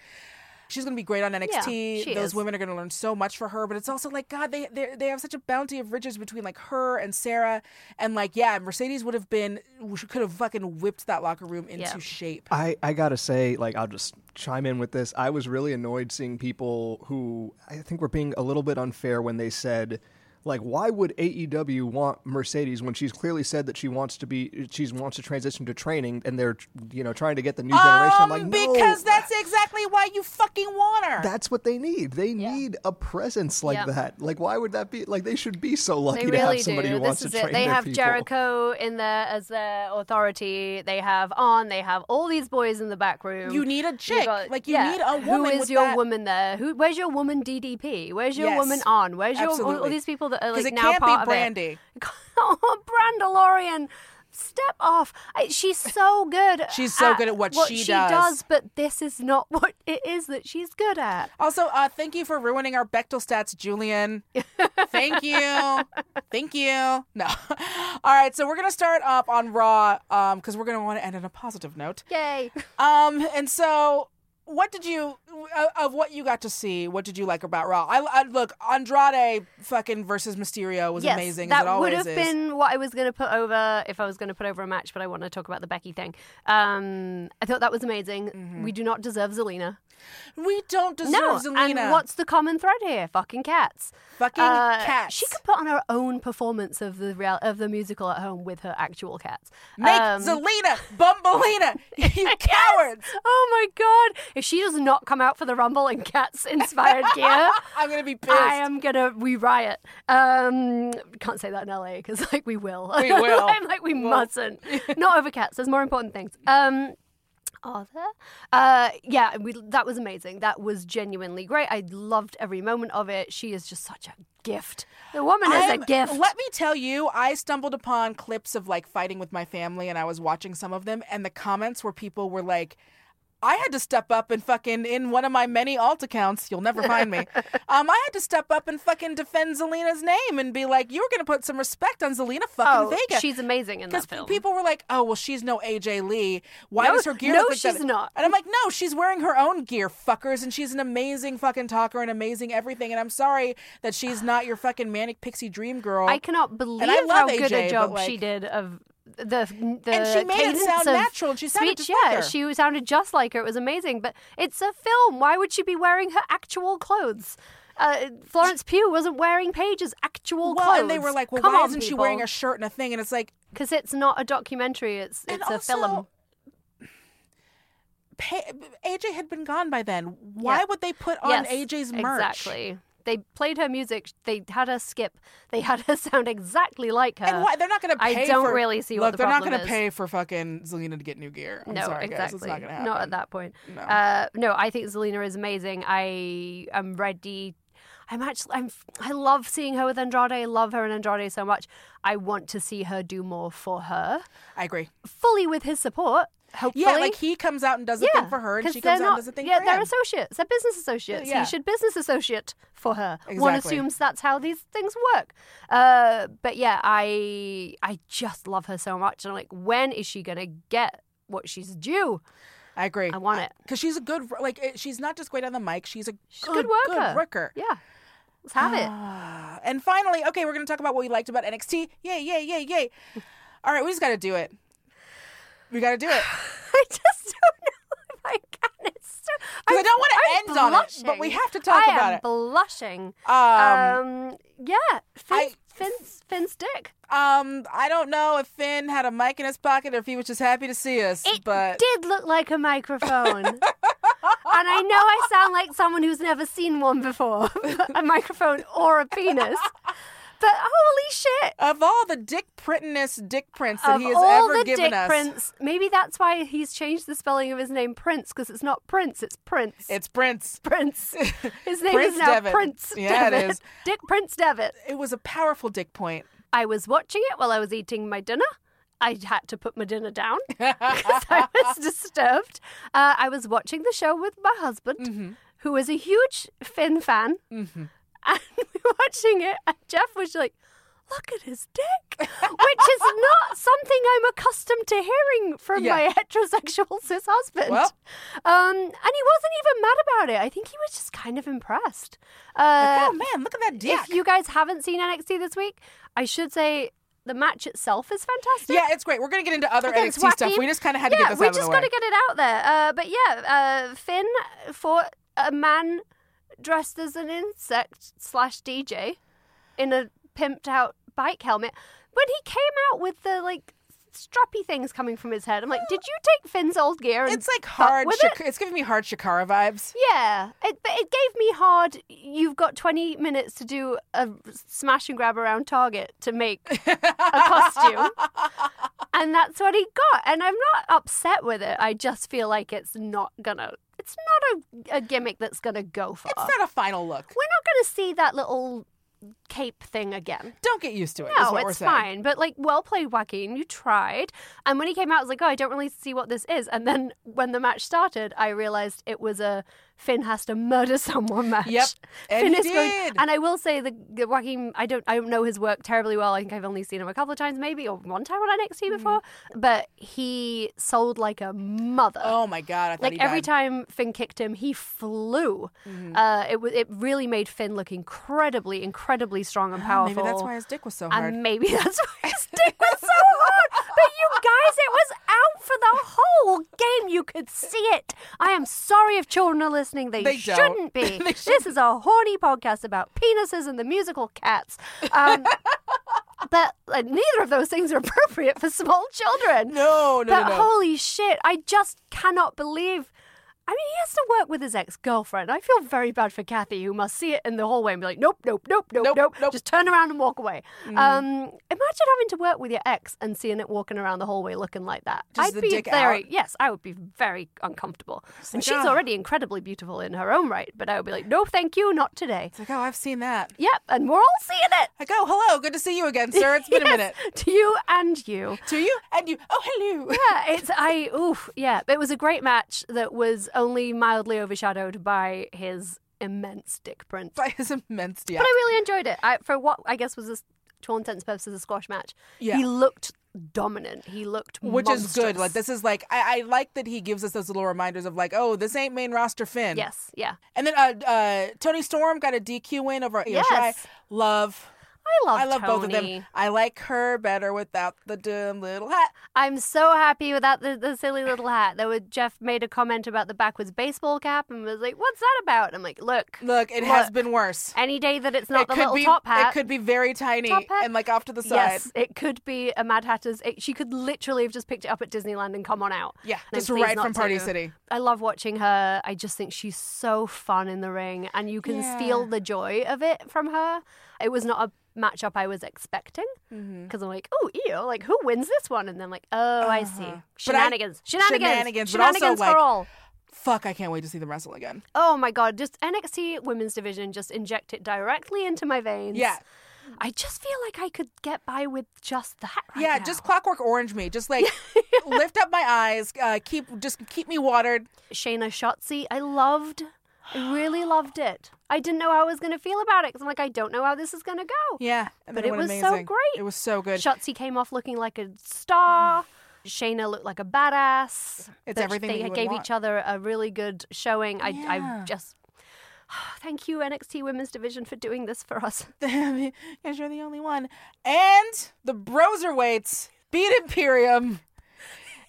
B: She's going to be great on NXT.
C: Yeah, she
B: Those
C: is.
B: women are going to learn so much for her, but it's also like God, they they they have such a bounty of riches between like her and Sarah, and like yeah, Mercedes would have been she could have fucking whipped that locker room into
C: Yeah.
B: shape.
K: I, I gotta say, like, I'll just chime in with this. I was really annoyed seeing people who I think were being a little bit unfair when they said, like, why would AEW want Mercedes when she's clearly said that she wants to be, she wants to transition to training and they're, you know, trying to get the new generation? I'm like,
B: Um,
K: no,
B: because that's exactly why you fucking want her.
K: that's what they need. They need a presence like
C: Yep.
K: that. Like, why would that be? Like, they should be so lucky
C: They
K: to
C: really
K: have somebody
C: do.
K: who wants
C: this is
K: to train
C: it. They
K: their
C: have
K: people.
C: Jericho in there as their authority. They have on. They have all these boys in the back room.
B: You need a chick. Like, you need a
C: Who
B: woman
C: is
B: with
C: your
B: that-
C: woman there? Who? Where's your woman DDP? Where's your
B: Yes.
C: woman on? Where's your all- all,
B: Absolutely.
C: these people that are
B: 'Cause
C: like
B: it
C: now
B: can't be
C: part of
B: Brandy.
C: it? oh, Brandalorian. Step off. I, she's so good.
B: She's so good at what she does.
C: but this is not what it is that she's good at.
B: Also, uh, thank you for ruining our Bechtel stats, Julian. thank you. Thank you. No. All right, so we're going to start up on Raw because we're going to want to end on a positive note.
C: Yay.
B: Um, and so, what did you, of- of what you got to see, what did you like about Raw? I, I Look, Andrade fucking versus Mysterio was
C: yes,
B: amazing, as
C: That
B: it always
C: would have
B: is.
C: been what I was going to put over if I was going to put over a match, but I want to talk about the Becky thing. Um, I thought that was amazing. We do not deserve Zelina.
B: we don't Mm-hmm. deserve
C: no,
B: Zelina.
C: and what's the common thread here? Fucking cats.
B: Fucking
C: Uh,
B: cats.
C: She could put on her own performance of the real, of the musical at home with her actual cats.
B: Make
C: Um,
B: Zelina Bumbleina, you cowards!
C: Oh my god! If she does not come out for the Rumble in cats inspired gear,
B: I'm going to be pissed.
C: I am gonna we riot. Um, can't say that in LA because like we will.
B: We will.
C: I'm like we
B: We'll-
C: mustn't. Not over cats. There's more important things. Um. Are there? Uh, yeah, we, that was amazing. That was genuinely great. I loved every moment of it. She is just such a gift. The woman is
B: I'm-
C: a gift.
B: Let me tell you, I stumbled upon clips of like fighting with my family, and I was watching some of them, and the comments where people were like, I had to step up and fucking in one of my many alt accounts. You'll never find me. um, I had to step up and fucking defend Zelina's name and be like, "You were gonna put some respect on Zelina fucking
C: Oh,
B: Vega."
C: she's amazing in that
B: Because
C: film.
B: people were like, "Oh, well, she's no AJ Lee. Why
C: No-
B: does her gear?"
C: no,
B: look like that?"
C: she's not.
B: And I'm like, "No, she's wearing her own gear, fuckers, and she's an amazing fucking talker and amazing everything. And I'm sorry that she's not your fucking manic pixie dream girl.
C: I cannot believe
B: I
C: how
B: love
C: good
B: AJ,
C: a
B: but,
C: job
B: like-
C: she did of the the
B: And she made it
C: cadence
B: sound
C: of
B: natural, and she sounded
C: speech.
B: just like
C: yeah,
B: her.
C: she sounded just like her. It was amazing. But it's a film. Why would she be wearing her actual clothes? Uh, Florence Pugh wasn't wearing Paige's actual
B: well,
C: clothes.
B: and they were like, "Well,
C: Come
B: why
C: on,
B: isn't she
C: people.
B: wearing a shirt and a thing?" And it's like,
C: Because it's not a documentary. It's
B: And
C: it's a film.
B: also- pa- AJ had been gone by then. Why
C: Yeah.
B: would they put on
C: Yes,
B: AJ's merch?
C: Exactly. They played her music. They had her skip. They had her sound exactly like her.
B: And why they're not going to pay?
C: I don't
B: for-
C: really see
B: Look,
C: what the
B: they're not
C: problem
B: gonna
C: is.
B: pay for fucking Zelina to get new gear. I'm
C: no,
B: sorry, guys,
C: exactly.
B: it's not going to happen.
C: at that point.
B: No.
C: Uh, no, I think Zelina is amazing. I am ready. I'm actually. I'm. I love seeing her with Andrade. I love her and Andrade so much. I want to see her do more for her,
B: I agree.
C: fully with his support. Hopefully,
B: Yeah, like he comes out and does a thing for her, and
C: 'cause
B: she
C: they're
B: comes out and does a thing
C: yeah,
B: for
C: they're
B: him.
C: associates. They're business associates.
B: Yeah.
C: He should business associate for her. One
B: Exactly.
C: assumes that's how these things work. Uh, but yeah, I I just love her so much, and I'm like, when is she gonna get what she's due?
B: I agree.
C: I want it.
B: Because Uh, she's a good, like, it- she's not just great on the mic. She's a
C: a good worker. Yeah, let's have it.
B: Ah, And finally, okay, we're going to talk about what we liked about NXT. Yay, yay, yay, yay. All right, we just got to do it. We got to do it.
C: I just don't know if I can. It's so,
B: Because I don't wanna
C: I'm
B: end on it, but we
C: blushing.
B: have to talk
C: I
B: about
C: am
B: it.
C: Blushing.
B: Um,
C: Um, yeah, Finn's, Finn's, Finn's dick.
B: um, I don't know if Finn had a mic in his pocket or if he was just happy to see us,
C: It
B: but
C: did look like a microphone. and I know I sound like someone who's never seen one before a microphone or a penis. But holy shit!
B: of all the dick printiness dick prints that
C: of
B: he has
C: all
B: ever
C: the
B: given
C: dick
B: us,
C: prints, maybe that's why he's changed the spelling of his name Prince because it's not Prince, it's Prince.
B: it's Prince.
C: Prince. His name
B: Prince
C: is now
B: Devitt.
C: Prince
B: Yeah, it
C: Devitt.
B: is.
C: Dick Prince Devitt.
B: It was a powerful dick point.
C: I was watching it while I was eating my dinner. I had to put my dinner down because I was disturbed. Uh, I was watching the show with my husband,
B: Mm-hmm.
C: who is a huge Finn fan, and we were watching it. And Jeff was like, "Look at his dick," which is not something I'm accustomed to hearing from
B: Yeah.
C: my heterosexual cis husband.
B: Well.
C: Um, and he wasn't even mad about it. I think he was just kind of impressed. Uh,
B: oh man, look at that dick.
C: if you guys haven't seen NXT this week, I should say the match itself is fantastic.
B: yeah, it's great. We're gonna get into other
C: Okay, it's
B: NXT stuff.
C: wacky.
B: We just kind of had
C: yeah,
B: to get this
C: we
B: out of
C: just
B: the
C: got
B: way.
C: to get it out there. Uh, but yeah, uh, Finn fought a man dressed as an insect slash DJ in a pimped out bike helmet. When he came out with the like strappy things coming from his head, I'm like, did you take Finn's old gear? And
B: It's like
C: fuck
B: hard.
C: with
B: Shak-
C: it?
B: It's giving me hard Shakara vibes.
C: Yeah, it, but it gave me hard. You've got 20 minutes to do a smash and grab around Target to make a costume. And that's what he got. And I'm not upset with it. I just feel like it's not gonna, it's not a, a gimmick that's gonna go far.
B: It's not a final look.
C: We're not gonna see that little cape thing again.
B: Don't get used to it. is
C: No,
B: what we're
C: it's
B: saying.
C: fine. But like, well played, Joaquin. You tried. And when he came out, I was like, oh, I don't really see what this is. And then when the match started, I realized it was a Finn has to murder someone match.
B: Yep. And
C: Finn
B: he
C: is going-
B: did.
C: and I will say the, the Joaquin. I don't. I don't know his work terribly well. I think I've only seen him a couple of times, maybe, or one time on NXT
B: Mm-hmm.
C: before. But he sold like a mother.
B: Oh my god! I thought
C: Like
B: he
C: every
B: died.
C: time Finn kicked him, he flew.
B: Mm-hmm.
C: Uh, it wa- it really made Finn look incredibly, incredibly strong and
B: Oh,
C: powerful.
B: Maybe that's why his dick was so hard.
C: And maybe that's why his dick was so hard. But you guys, it was out for the whole game. You could see it. I am sorry if children are listening. They,
B: They don't.
C: shouldn't be. This is a horny podcast about penises and the musical cats. Um, but like, neither of those things are appropriate for small children.
B: no, no, no,
C: but
B: no.
C: holy shit, I just cannot believe I mean, he has to work with his ex girlfriend. I feel very bad for Kathy, who must see it in the hallway and be like, nope, nope, nope, nope, nope, nope. Just turn around and walk away.
I: Mhm.
C: Um, imagine having to work with your ex and seeing it walking around the hallway looking like that.
I: Just
C: I'd
I: the
C: be
I: dick
C: very,
I: out?
C: yes, I would be very uncomfortable. and
I: like,
C: she's
I: "Ah."
C: already incredibly beautiful in her own right, but I would be like, no, thank you, not today. It's
B: like, oh, I've seen that.
C: Yep, and we're all seeing it.
B: I go, hello, good to see you again, sir. It's been
C: Yes,
B: a minute.
C: To you and you.
B: To you and you. Oh, hello.
C: yeah, it's I oof, yeah. It was a great match that was only mildly overshadowed by his immense dick print.
B: By his immense dick.
C: But I really enjoyed it. I, for what I guess was this to all intents and purposes a squash match.
B: Yeah.
C: He looked dominant. He looked
B: which is good.
C: monstrous.
B: Like this is like I, I like that he gives us those little reminders of like, oh, this ain't main roster Finn.
C: Yes, yeah.
B: And then uh, uh, Tony Storm got a DQ win over Io Shirai.
C: Yes.
B: Love.
C: I love
B: I love both of
C: Tony.
B: them. I like her better without the dumb little hat.
C: I'm so happy without the, the silly little hat. There was Jeff made a comment about the backwards baseball cap and was like, "What's that about?" I'm like, "Look,
B: look, it has been worse.
C: Any day that it's not
B: it
C: the
B: could
C: little
B: be
C: top hat,
B: it could be very tiny
C: Top hat?
B: and like off to the side.
C: Yes, it could be a Mad Hatter's. It, she could literally have just picked it up at Disneyland and come on out.
B: Yeah,
C: And I'm
B: just
C: pleased
B: right
C: not
B: from Party
C: to.
B: City.
C: I love watching her. I just think she's so fun in the ring, and you can
I: Yeah.
C: feel the joy of it from her. It was not a matchup I was expecting because
B: Mm-hmm.
C: I'm like, oh, ew, like who wins this one? And then like, oh, I see,
B: Uh-huh. But I-
C: shenanigans, shenanigans,
B: shenanigans, but also,
C: shenanigans for
B: like,
C: all.
B: Fuck, I can't wait to see them wrestle again.
C: Oh my god, just NXT women's division, just inject it directly into my veins.
B: Yeah.
C: I just feel like I could get by with just that. Right
B: yeah, just clockwork orange me. Just like lift up my eyes, uh, keep just keep me watered.
C: Shayna Shotzi, I loved I really loved it. I didn't know how I was going to feel about it because I'm like, I don't know how this is going to go.
B: Yeah, and
C: But
B: they
C: it
B: went
C: was so
B: amazing.
C: great.
B: It was so good.
C: Shotzi came off looking like a star. Shayna looked like a badass.
B: It's
C: But
B: everything
C: They
B: that you would
C: gave
B: want.
C: each other a really good showing. I,
B: Yeah.
C: I just thank you NXT Women's Division for doing this for us.
B: Because you're the only one. And the Broserweights beat Imperium.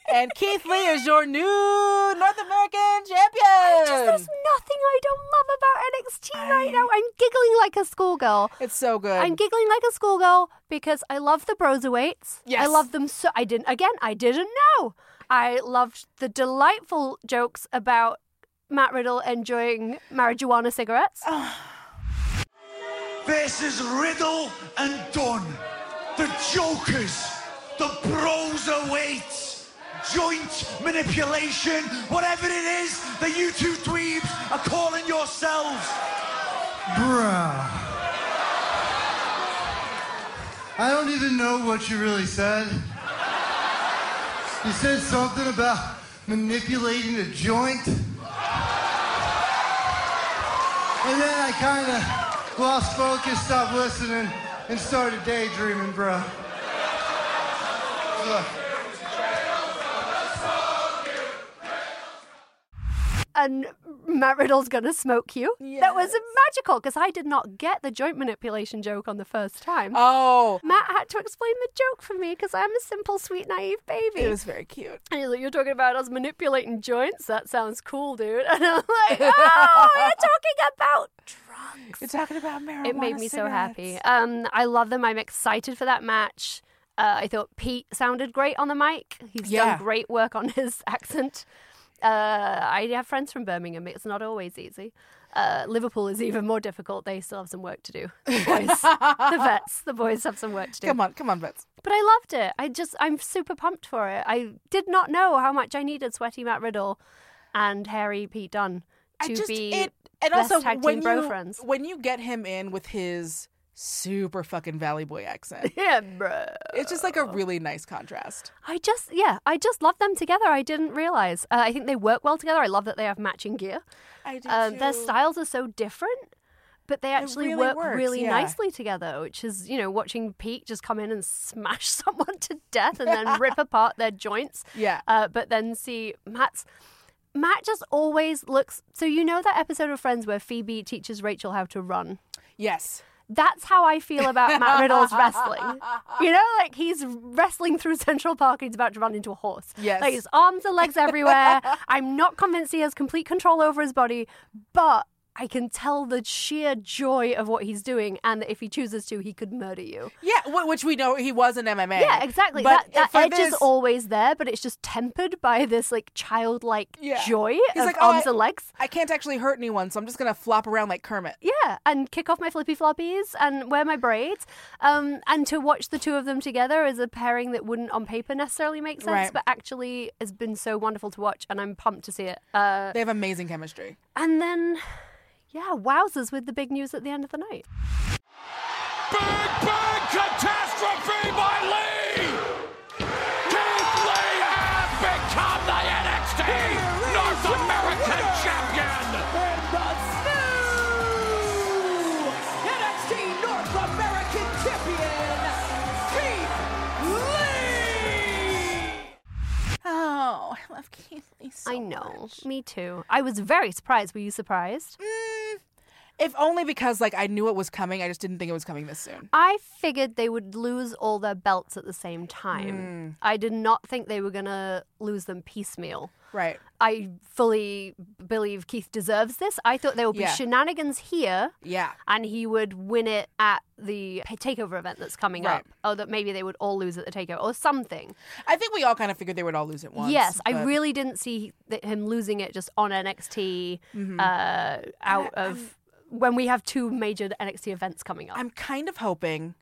B: And Keith Lee is your new North American champion.
C: Just there's nothing I don't love about NXT right now. I'm giggling like a schoolgirl.
B: It's so good.
C: I'm giggling like a schoolgirl because I love the broserweights. I
B: Yes.
C: love them so. I didn't. Again, I didn't know. I loved the delightful jokes about Matt Riddle enjoying marijuana cigarettes.
B: Oh.
L: This is Riddle and Dunn, the Jokers, the Broserweights, joint manipulation, whatever it is that you two dweebs are calling yourselves.
M: Bruh. I don't even know what you really said. You said something about manipulating a joint. And then I kind of lost focus, stopped listening, and started daydreaming, bruh. Look.
C: and Matt Riddle's gonna smoke you. That was magical because I did not get the joint manipulation joke on the first time.
B: Oh,
C: Matt had to explain the joke for me because I'm a simple, sweet, naive baby.
B: It was very cute.
C: And he's like, "You're talking about us manipulating joints? That sounds cool, dude." And I'm like, "Oh, you're talking about drugs.
B: You're talking about marijuana.
C: it made me so happy. Um, I love them. I'm excited for that match. Uh, I thought Pete sounded great on the mic. He's
B: Yeah.
C: done great work on his accent. Uh, I have friends from Birmingham. It's not always easy. Uh, Liverpool is even more difficult. They still have some work to do. The boys, the vets, the boys have some work to do.
B: Come on, come on, Bets.
C: But I loved it. I just, I'm super pumped for it. I did not know how much I needed Sweaty Matt Riddle and Hairy Pete Dunn
B: I
C: to
B: just-
C: be
B: it- and
C: best
B: also
C: tag team
B: when
C: bro
B: you,
C: friends.
B: When you get him in with his super fucking Valley Boy accent,
C: Yeah, bro.
B: it's just like a really nice contrast.
C: I just, yeah, I just love them together. I didn't realize. Uh, I think they work well together. I love that they have matching gear.
B: I do
C: Um, their
B: too.
C: styles are so different, but they actually
B: really
C: work
B: works,
C: really
B: yeah.
C: nicely together, which is, you know, watching Pete just come in and smash someone to death and then rip apart their joints.
B: Yeah.
C: Uh, but then see Matt's. Matt just always looks. So, you know that episode of Friends where Phoebe teaches Rachel how to run?
B: Yes.
C: That's how I feel about Matt Riddle's wrestling. You know, like he's wrestling through Central Park and he's about to run into a horse.
I: Yes.
C: Like his arms and legs everywhere. I'm not convinced he has complete control over his body, but I can tell the sheer joy of what he's doing, and that if he chooses to, he could murder you.
B: Yeah, wh- which we know he was an MMA.
C: Yeah, exactly.
B: But
C: that
B: for
C: that edge
B: this-
C: is always there, but it's just tempered by this like childlike
B: Yeah.
C: joy
B: He's
C: of
B: like, "Oh,
C: arms
B: I-
C: and legs.
B: I can't actually hurt anyone, so I'm just gonna flop around like Kermit.
C: Yeah, and kick off my flippy floppies and wear my braids. Um, and to watch the two of them together is a pairing that wouldn't on paper necessarily make sense,
B: Right.
C: but actually has been so wonderful to watch, and I'm pumped to see it. Uh,
B: They have amazing chemistry.
C: and then, yeah, wowzers with the big news at the end of the night.
A: Big catastrophe by Lee! Keith Lee has become the NXT North American champion! And the new NXT North American champion, Keith Lee!
B: Oh, I love Keith Lee so
C: I know, me too. I was very surprised. Were you surprised?
B: If only because like I knew it was coming, I just didn't think it was coming this soon.
C: I figured they would lose all their belts at the same
B: Hmm.
C: time. I did not think they were going to lose them piecemeal.
B: Right.
C: I fully believe Keith deserves this. I thought there would be
B: Yeah.
C: shenanigans here.
B: Yeah.
C: And he would win it at the takeover event that's coming
B: Right.
C: up. Or that maybe they would all lose at the takeover or something.
B: I think we all kind of figured they would all lose it once.
C: yes, I
B: but-
C: really didn't see that him losing it just on NXT
B: Mhm.
C: uh, out
B: um,
C: of when we have two major NXT events coming up.
B: I'm kind of hoping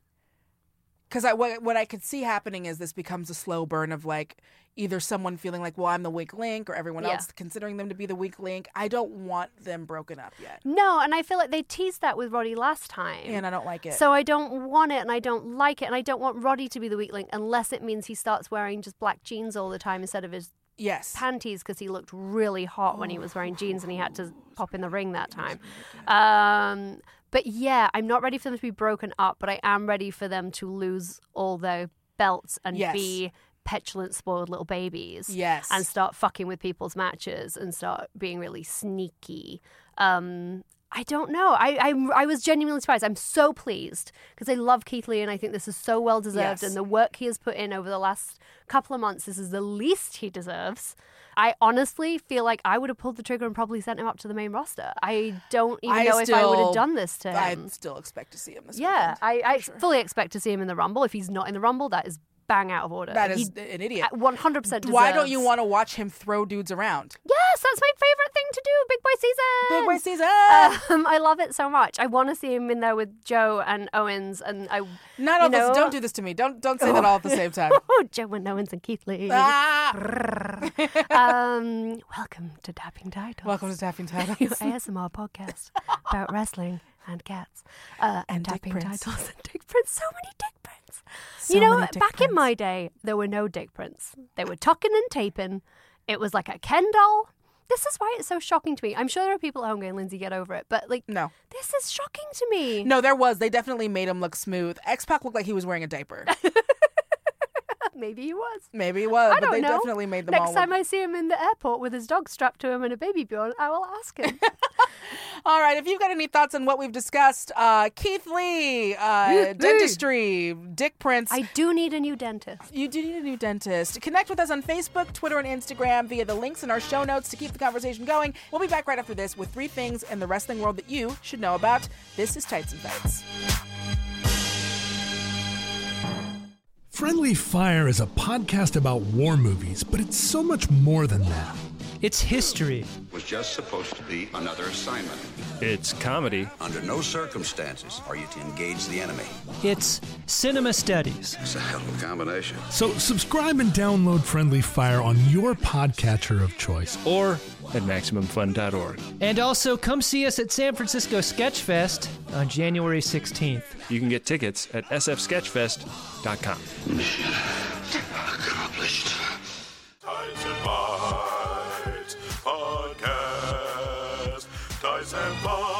B: because I what, what I could see happening is this becomes a slow burn of like either someone feeling like, well, I'm the weak link, or everyone
C: Yeah.
B: else considering them to be the weak link. I don't want them broken up yet,
C: No, and I feel like they teased that with Roddy last time.
B: and I don't like it.
C: So I don't want it and I don't like it and I don't want Roddy to be the weak link unless it means he starts wearing just black jeans all the time instead of his
B: yes,
C: panties because he looked really hot when he was wearing jeans and he had to pop in the ring that time. Um, but yeah, I'm not ready for them to be broken up, but I am ready for them to lose all their belts and
B: Yes.
C: be petulant, spoiled little babies.
B: Yes.
C: And start fucking with people's matches and start being really sneaky. Um, I don't know. I, I I was genuinely surprised. I'm so pleased because I love Keith Lee and I think this is so well
B: Yes.
C: deserved. And the work he has put in over the last couple of months, this is the least he deserves. I honestly feel like I would have pulled the trigger and probably sent him up to the main roster. I don't even know if I would
B: still-
C: have done this to him.
B: I still expect to see him this
C: yeah,
B: weekend.
C: I, I fully expect to see him in the Rumble. If he's not in the Rumble, that is bang out of order.
B: That
C: He
B: is an idiot.
C: at 100%
B: Why don't
C: deserves-
B: you want to watch him throw dudes around?
C: Yes, that's my favorite thing to do. Big boy season.
B: Big boy season.
C: Um, I love it so much. I want to see him in there with Joe and Owens, and I.
B: Not
C: you
B: all
C: know,
B: this. Don't do this to me. Don't don't say that all at the same time.
C: Oh, Joe and Owens and Keith Lee.
B: Ah!
C: um, welcome to Dapping Titles.
B: Welcome to Tapping Titles.
C: Your ASMR podcast about wrestling and cats uh, and,
B: dick
C: Dapping
B: prints.
C: Titles and dick prints. So many dick prints.
B: So
C: you know,
B: many
C: back
B: dick
C: in my day, there were no dick prints. They were tucking and taping. It was like a Ken doll. This is why it's so shocking to me. I'm sure there are people at home going, Lindsay, get over it. But like,
B: No.
C: this is shocking to me.
B: No, there was. They definitely made him look smooth. X Pac looked like he was wearing a diaper.
C: Maybe he was.
B: Maybe he was,
C: I
B: but
C: don't
B: they
C: know.
B: definitely made them
C: Next
B: all.
C: time I see him in the airport with his dog strapped to him and a baby Bjorn, I will ask him.
B: all right, if you've got any thoughts on what we've discussed, uh, Keith Lee, uh,
C: Keith Lee.
B: dentistry, dick prints.
C: I do need a new dentist.
B: you do need a new dentist. Connect with us on Facebook, Twitter, and Instagram via the links in our show notes to keep the conversation going. We'll be back right after this with three things in the wrestling world that you should know about. This is Tights and Fights.
N: Friendly Fire is a podcast about war movies, but it's so much more than that.
G: It's history.
O: was just supposed to be another assignment.
F: It's comedy.
O: Under no circumstances are you to engage the enemy.
G: It's cinema studies.
O: It's a hell of a combination.
N: So subscribe and download Friendly Fire on your podcatcher of choice.
F: Or at MaximumFun.org.
G: And also come see us at San Francisco Sketch Fest on January 16th.
F: You can get tickets at sfsketchfest.com.
A: Tights and Bites Podcast. Tights and Bites.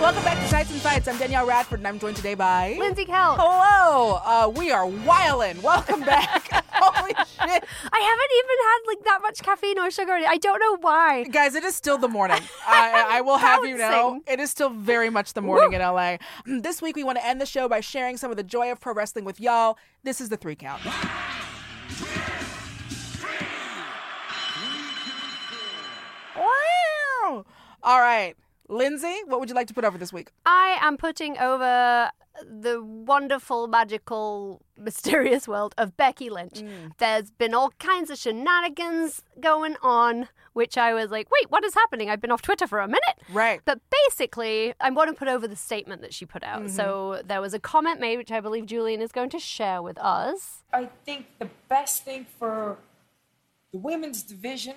B: Welcome back to Tights and Fights. I'm Danielle Radford, and I'm joined today by
C: Lindsay Kell.
B: Oh. Hello, uh, we are wildin'. Welcome back, Holy shit.
C: I haven't even had like that much caffeine or sugar. in it. I don't know why.
B: guys. It is still the morning. I, I will have you know,
C: Bouncing.
B: it is still very much the morning in LA. Mm, This week, we want to end the show by sharing some of the joy of pro wrestling with y'all. This is the three count. All right. Lindsay, what would you like to put over this week?
C: I am putting over the wonderful, magical, mysterious world of Becky Lynch.
B: Mm.
C: There's been all kinds of shenanigans going on, which I was like, wait, what is happening? I've been off Twitter for a minute.
B: Right.
C: But basically, I want to put over the statement that she put out.
B: Mm-hmm.
P: Mhm.
C: So there was a comment made, which I believe Julian is going to share with us.
P: I think the best thing for the women's division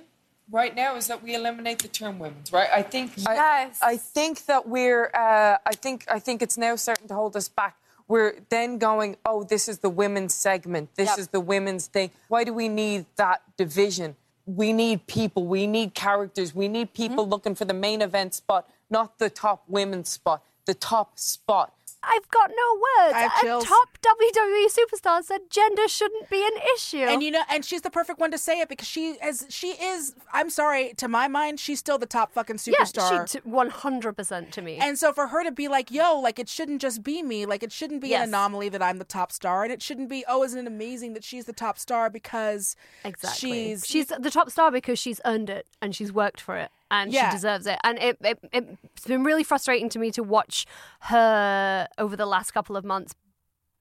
P: right now is that we eliminate the term women's, right? I think I- I, think that we're uh, I think I think it's now starting to hold us back. We're then going, oh, this is the women's segment. This
Q: Yep.
P: is the women's thing. Why do we need that division? We need people. We need characters. We need people looking for the main event spot, not the top women's spot, the top spot.
C: I've got no words.
P: I have chills.
C: a top WWE superstar said gender shouldn't be an issue.
B: And you know, and she's the perfect one to say it because she as she is. I'm sorry, to my mind, she's still the top fucking superstar.
C: Yeah, she one hundred percent to me.
B: and so for her to be like, "Yo, like it shouldn't just be me. Like it shouldn't be
C: Yes.
B: an anomaly that I'm the top star, and it shouldn't be oh, isn't it amazing that she's the top star because
C: exactly,
B: she's
C: she's the top star because she's earned it and she's worked for it and
B: Yeah.
C: she deserves it. And it, it it's been really frustrating to me to watch her over the last couple of months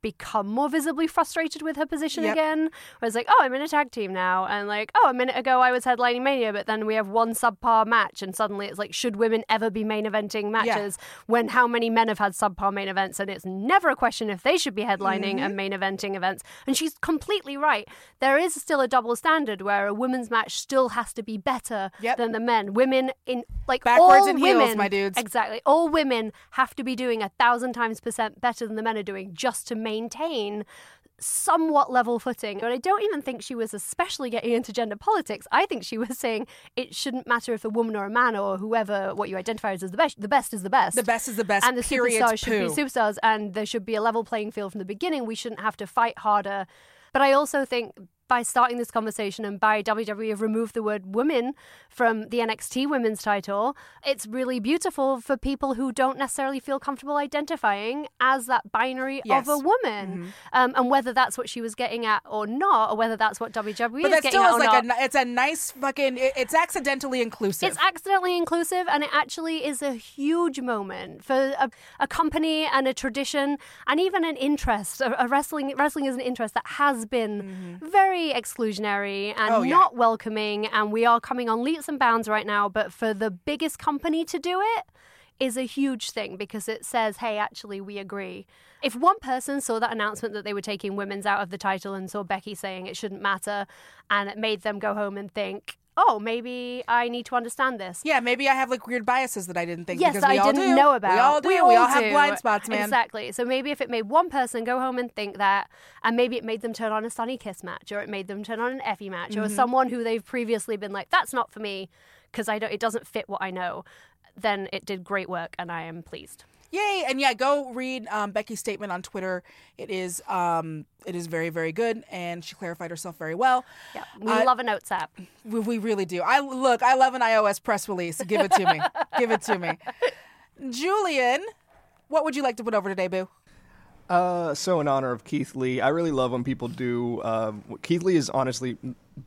C: become more visibly frustrated with her position
P: Yep.
C: again. Where it's like, oh, I'm in a tag team now, and like, oh, a minute ago I was headlining Mania, but then we have one subpar match, and suddenly it's like, should women ever be main eventing matches when how many men have had subpar main events, and it's never a question if they should be headlining
P: Mhm.
B: Mm-hmm.
C: and main eventing events. And she's completely right. There is still a double standard where a women's match still has to be better than the men. Women in like
B: Backwards
C: all
B: and heels,
C: women,
B: my dudes.
C: Exactly. All women have to be doing a thousand times percent better than the men are doing just to maintain somewhat level footing. And I don't even think she was especially getting into gender politics. I think she was saying it shouldn't matter if a woman or a man or whoever what you identify as is the best. The best is the best.
B: The best is the best,
C: And the
B: period,
C: superstars should be
B: poo.
C: superstars, and there should be a level playing field from the beginning. We shouldn't have to fight harder. But I also think by starting this conversation and by WWE have removed the word women from the NXT women's title, it's really beautiful for people who don't necessarily feel comfortable identifying as that binary
B: Yes. Mm-hmm.
C: of a woman. Um, and whether that's what she was getting at or not, or whether that's what WWE
B: but
C: is
B: that
C: getting
B: still
C: at
B: is
C: or
B: like
C: not.
B: a ni- it's a nice fucking it- it's accidentally inclusive.
C: It's accidentally inclusive, and it actually is a huge moment for a, a company and a tradition, and even an interest. A, a wrestling wrestling is an interest that has been very exclusionary and
P: Mm-hmm. Oh, yeah.
C: not welcoming, and we are coming on leaps and bounds right now. But for the biggest company to do it is a huge thing because it says, hey, actually, we agree. If one person saw that announcement that they were taking women's out of the title and saw Becky saying it shouldn't matter, and it made them go home and think, oh, maybe I need to understand this.
B: yeah, maybe I have like weird biases that I didn't think
C: Yes,
B: because
C: that
B: we
C: I
B: all
C: didn't
B: do.
C: know about.
B: We all do. We all, have
C: do.
B: blind spots, man.
C: Exactly. So maybe if it made one person go home and think that, and maybe it made them turn on a Sunny Kiss match, or it made them turn on an Effie match, or
B: Mm-hmm.
P: Mhm.
C: someone who they've previously been like, "That's not for me," because I don't, it doesn't fit what I know. Then it did great work, and I am pleased.
B: Yay! And yeah, go read um, Becky's statement on Twitter. It is um, it is very very good, and she clarified herself very well.
C: Yeah, we love a notes app.
B: We, we really do. I look. I love an iOS press release. Give it to me. Give it to me. Julian, what would you like to put over today, Boo?
K: Uh, so in honor of Keith Lee, I really love when people do. Um, what- Keith Lee has honestly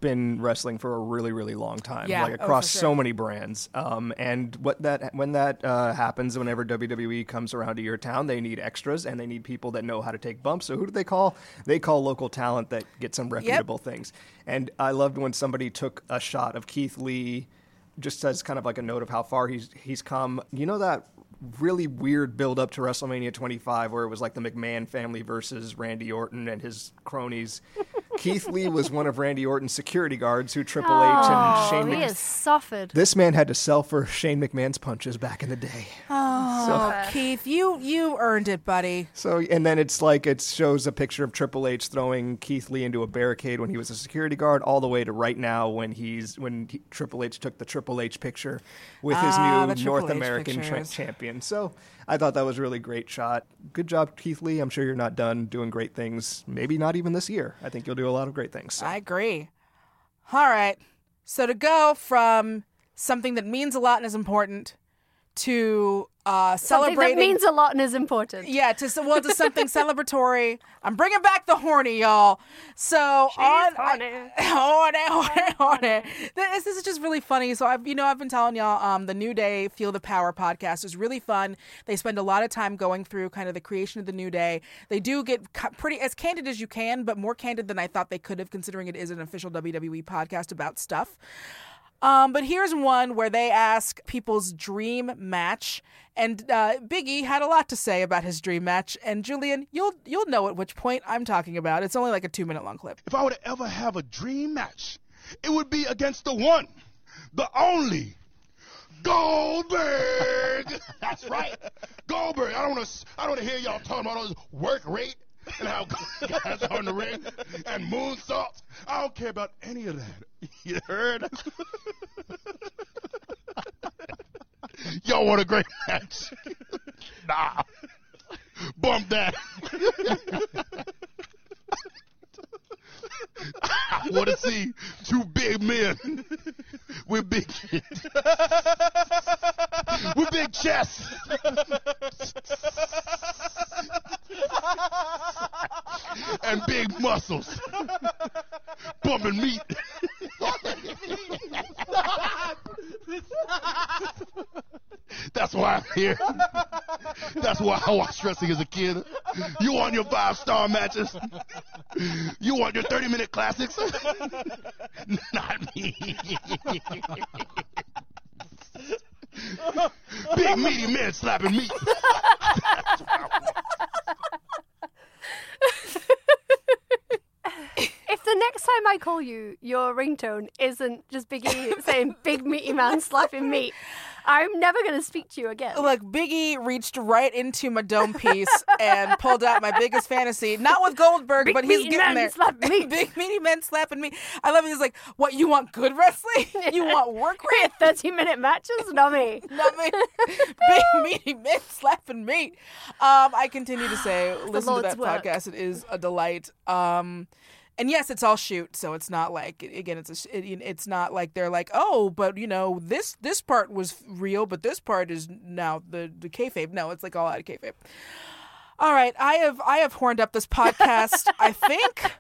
K: been wrestling for a really, really long time,
R: Yeah,
K: like
R: oh, for
K: across
R: sure.
K: so many brands. Um, and what that when that uh, happens, whenever WWE comes around to your town, they need extras and they need people that know how to take bumps. So who do they call? They call local talent that gets some reputable things. And I loved when somebody took a shot of Keith Lee, just as kind of like a note of how far he's he's come. You know that really weird build up to WrestleMania 25 where it was like the McMahon family versus Randy Orton and his cronies. Keith Lee was one of Randy Orton's security guards who Triple H
C: oh,
K: and Shane
C: he
K: Mc-
C: has suffered.
K: This man had to sell for Shane McMahon's punches back in the day.
C: Uh,
B: Oh, Keith, you you earned it, buddy.
K: So and then it's like it shows a picture of Triple H throwing Keith Lee into a barricade when he was a security guard, all the way to right now when he's when he, Triple H took the Triple H picture with his
R: Ah, the
K: new
R: Triple
K: North
R: H
K: American tra-
R: pictures.
K: champion. So I thought that was a really great shot. Good job, Keith Lee. I'm sure you're not done doing great things. Maybe not even this year. I think you'll do a lot of great things.
B: I agree. All right. So to go from something that means a lot and is important to uh,
C: Something
B: celebrating.
C: that means a lot and is important.
B: Yeah, to so- well, to something celebratory. I'm bringing back the horny, y'all. So on horny. horny, horny, horny. This, this is just really funny. So I've you know I've been telling y'all um, the New Day Feel the Power podcast is really fun. They spend a lot of time going through kind of the creation of the New Day. They do get cu- pretty as candid as you can, but more candid than I thought they could have, considering it is an official WWE podcast about stuff. Um, but here's one where they ask people's dream match, and uh, Biggie had a lot to say about his dream match. And Julian, you'll you'll know at which point I'm talking about. It's only like a two minute long clip.
Q: If I were to ever have a dream match, it would be against the one, the only, Goldberg. That's right, Goldberg. I don't want to. I don't want to hear y'all talking about all this work rate and how guys are in the ring and moonsaults. I don't care about any of that. You heard? y'all want a great match? nah, bump that. I want to see two big men with big with big chests. and big muscles bumping meat. That's why I'm here. That's why I watched wrestling as a kid. You want your five star matches? You want your 30 minute classics? Not me. Big meaty men slapping meat.
C: If the next time I call you, your ringtone isn't just Biggie saying "big meaty man slapping meat," I'm never going to speak to you again.
B: Look, Biggie reached right into my dome piece and pulled out my biggest fantasy. Not with Goldberg,
C: Big
B: but he's
C: meaty
B: getting
C: men
B: there.
C: slapping meat.
B: Big meaty men slapping me. I love it. He's like, "What you want? Good wrestling? You want work rate?
C: Thirty minute matches? Not me.
B: Not me. Big meaty men slapping meat." Um, I continue to say, listen to
C: Lord's
B: that
C: work.
B: podcast. It is a delight. Um, and yes, it's all shoot, so it's not like again, it's a, sh- it, it's not like they're like, oh, but you know this this part was real, but this part is now the the kayfabe. No, it's like all out of kayfabe. All right, I have I have horned up this podcast. I think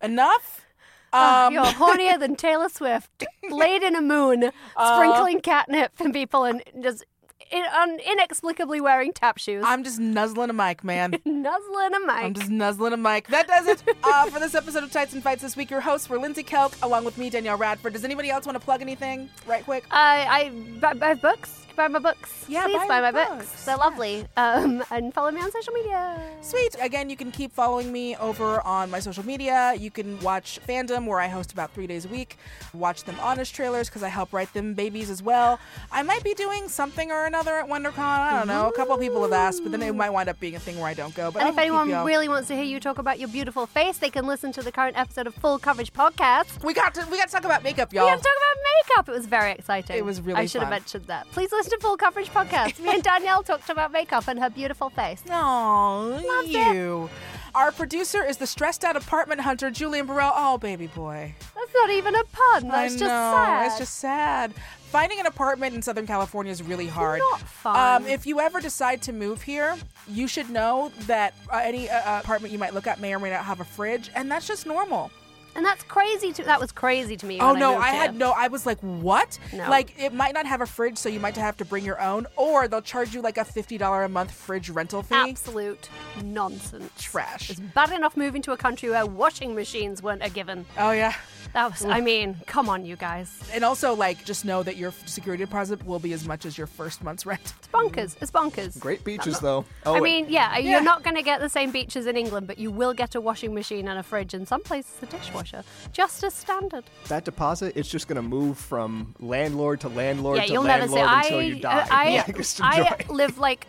B: enough.
C: Ah,
B: Um,
C: you're hornier than Taylor Swift, laid in a moon,
B: Uh,
C: sprinkling catnip for people, and just in, un, inexplicably wearing tap shoes.
B: I'm just nuzzling a mic, man.
C: nuzzling a mic.
B: I'm just nuzzling a mic. That does it uh, for this episode of Tights and Fights this week. Your hosts were Lindsay Kelk, along with me, Danielle Radford. Does anybody else want to plug anything right quick?
C: I I buy, buy books. Buy my books.
B: Yeah,
C: Please
B: buy
C: buy,
B: my
C: my books. They're lovely. Um, and follow me on social media.
B: Sweet. Again, you can keep following me over on my social media. You can watch Fandom, where I host about three days a week. Watch them honest trailers because I help write them babies as well. I might be doing something or another at WonderCon. I don't know. A couple people have asked, but then it might wind up being a thing where I don't go. But
C: and
B: I'll
C: if
B: keep
C: anyone
B: y'all-
C: really wants to hear you talk about your beautiful face, they can listen to the current episode of Full Coverage Podcast.
B: we got to we got to talk about makeup, y'all.
C: We have to talk about makeup. It was very exciting.
B: It was really
C: I should have
B: fun.
C: mentioned that. Please listen to Full Coverage Podcast. Me and Danielle talked about makeup and her beautiful face.
B: Aw,
C: Loved it.
B: you. Our producer is the stressed out apartment hunter, Julian Burrell. Oh, baby boy.
C: That's not even a pun. That's
B: I
C: Oh, just
B: know.
C: sad.
B: It's just sad. Finding an apartment in Southern California is really hard.
C: not fun.
B: Um, if you ever decide to move here, you should know that uh, any uh, apartment you might look at may or may not have a fridge, and that's just normal.
C: and that's crazy to that was crazy to me.
B: Oh
C: when
B: no,
C: moved
B: I
C: here.
B: had no. I was like, what?
C: No.
B: Like it might not have a fridge, so you might have to bring your own, or they'll charge you like a fifty dollar a month fridge rental fee.
C: absolute nonsense.
B: Trash.
C: It's bad enough moving to a country where washing machines weren't a given.
B: Oh yeah.
C: That was, I mean, come on, you guys.
B: And also, like, just know that your security deposit will be as much as your first month's rent.
C: It's bonkers. It's bonkers.
K: Great beaches, though. Oh,
C: I mean, yeah,
B: Yeah.
C: you're not going to get the same beaches in England, but you will get a washing machine and a fridge, and some places a dishwasher, just as standard.
K: that deposit, it's just going to move from landlord to landlord
C: yeah,
K: to
C: you'll never
K: landlord
C: say I. uh,
K: until you die.
C: I,
K: Like, just enjoy.
C: I live like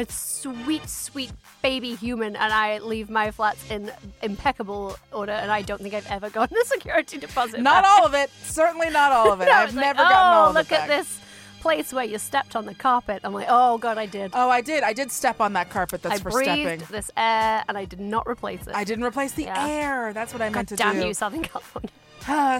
C: a sweet, sweet baby human, and I leave my flats in impeccable order, and I don't think I've ever gotten a security deposit.
B: Not
C: back.
B: all of it. Certainly not all of it.
C: No,
B: I've
C: it's like,
B: never gotten all
C: oh,
B: of
C: look
B: it back.
C: at this place where you stepped on the carpet. I'm like, oh god, I did.
B: Oh, I did. I did step on that carpet. That's
C: I
B: for
C: breathed
B: stepping.
C: this air, and I did not replace it.
B: I didn't replace the
C: Yeah.
B: air. That's what I meant to
C: God damn
B: do. Uh,
C: you, Southern California.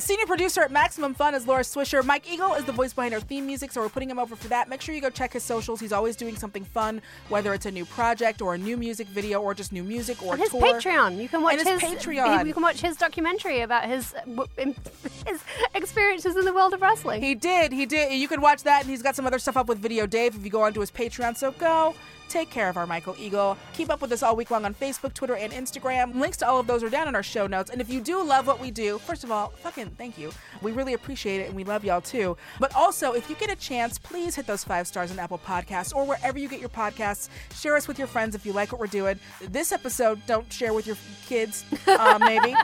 B: Senior producer at Maximum Fun is Laura Swisher. Mike Eagle is the voice behind our theme music, so we're putting him over for that. Make sure you go check his socials. He's always doing something fun, whether it's a new project or a new music video or just new music or
C: And
B: a
C: his
B: tour.
C: Patreon. You can watch
B: And his Patreon.
C: You can watch his documentary about his uh, w- im- his experiences in the world of wrestling.
B: He did. He did. You can watch that, and he's got some other stuff up with Video Dave if you go onto his Patreon. So go take care of our Michael Eagle. Keep up with us all week long on Facebook, Twitter, and Instagram. Links to all of those are down in our show notes. And if you do love what we do, first of all, fucking thank you. We really appreciate it, and we love y'all too. But also, if you get a chance, please hit those five stars on Apple Podcasts or wherever you get your podcasts. Share us with your friends if you like what we're doing. This episode, don't share with your kids, uh, maybe.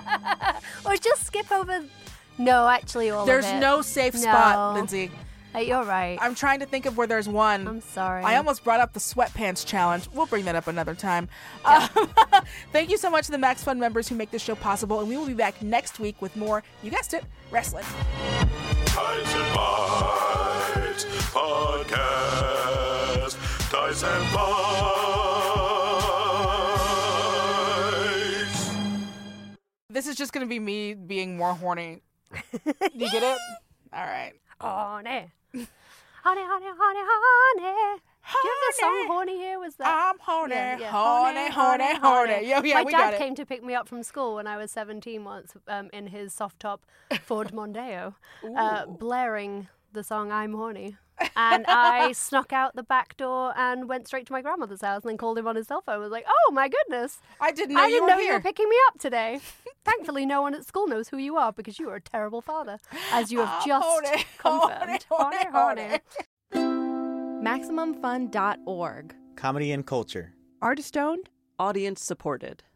C: or just skip over. No, actually, all of
B: There's
C: it.
B: no safe spot,
C: No.
B: Lindsay.
C: you're right.
B: I'm trying to think of where there's one. I'm
C: sorry.
B: I almost brought up the sweatpants challenge. We'll bring that up another time. Um, thank you so much to the Max Fund members who make this show possible, and we will be back next week with more. You guessed it, wrestling.
A: Tights and Bites Podcast. Tights and Bites.
B: This is just going to be me being more horny. you get it? All right.
C: Honey. honey, honey, honey, honey. Do you have the song Horny here? Was that?
B: I'm horny, horny, horny, horny. Yeah, yeah,
C: My
B: we
C: dad
B: got it.
C: came to pick me up from school when I was 17 once um, in his soft top Ford Mondeo, uh, blaring the song I'm Horny. And I snuck out the back door and went straight to my grandmother's house and then called him on his cell phone. I was like, oh my goodness.
B: I didn't know
C: I
B: you
C: didn't
B: were
C: know you
B: here."
C: were picking me up today. Thankfully, no one at school knows who you are because you are a terrible father, as you
B: Ah,
C: have
R: I'm
C: just
R: horny,
C: confirmed. Horny, horny.
R: MaximumFun.org.
S: Comedy and culture.
R: Artist owned, audience supported.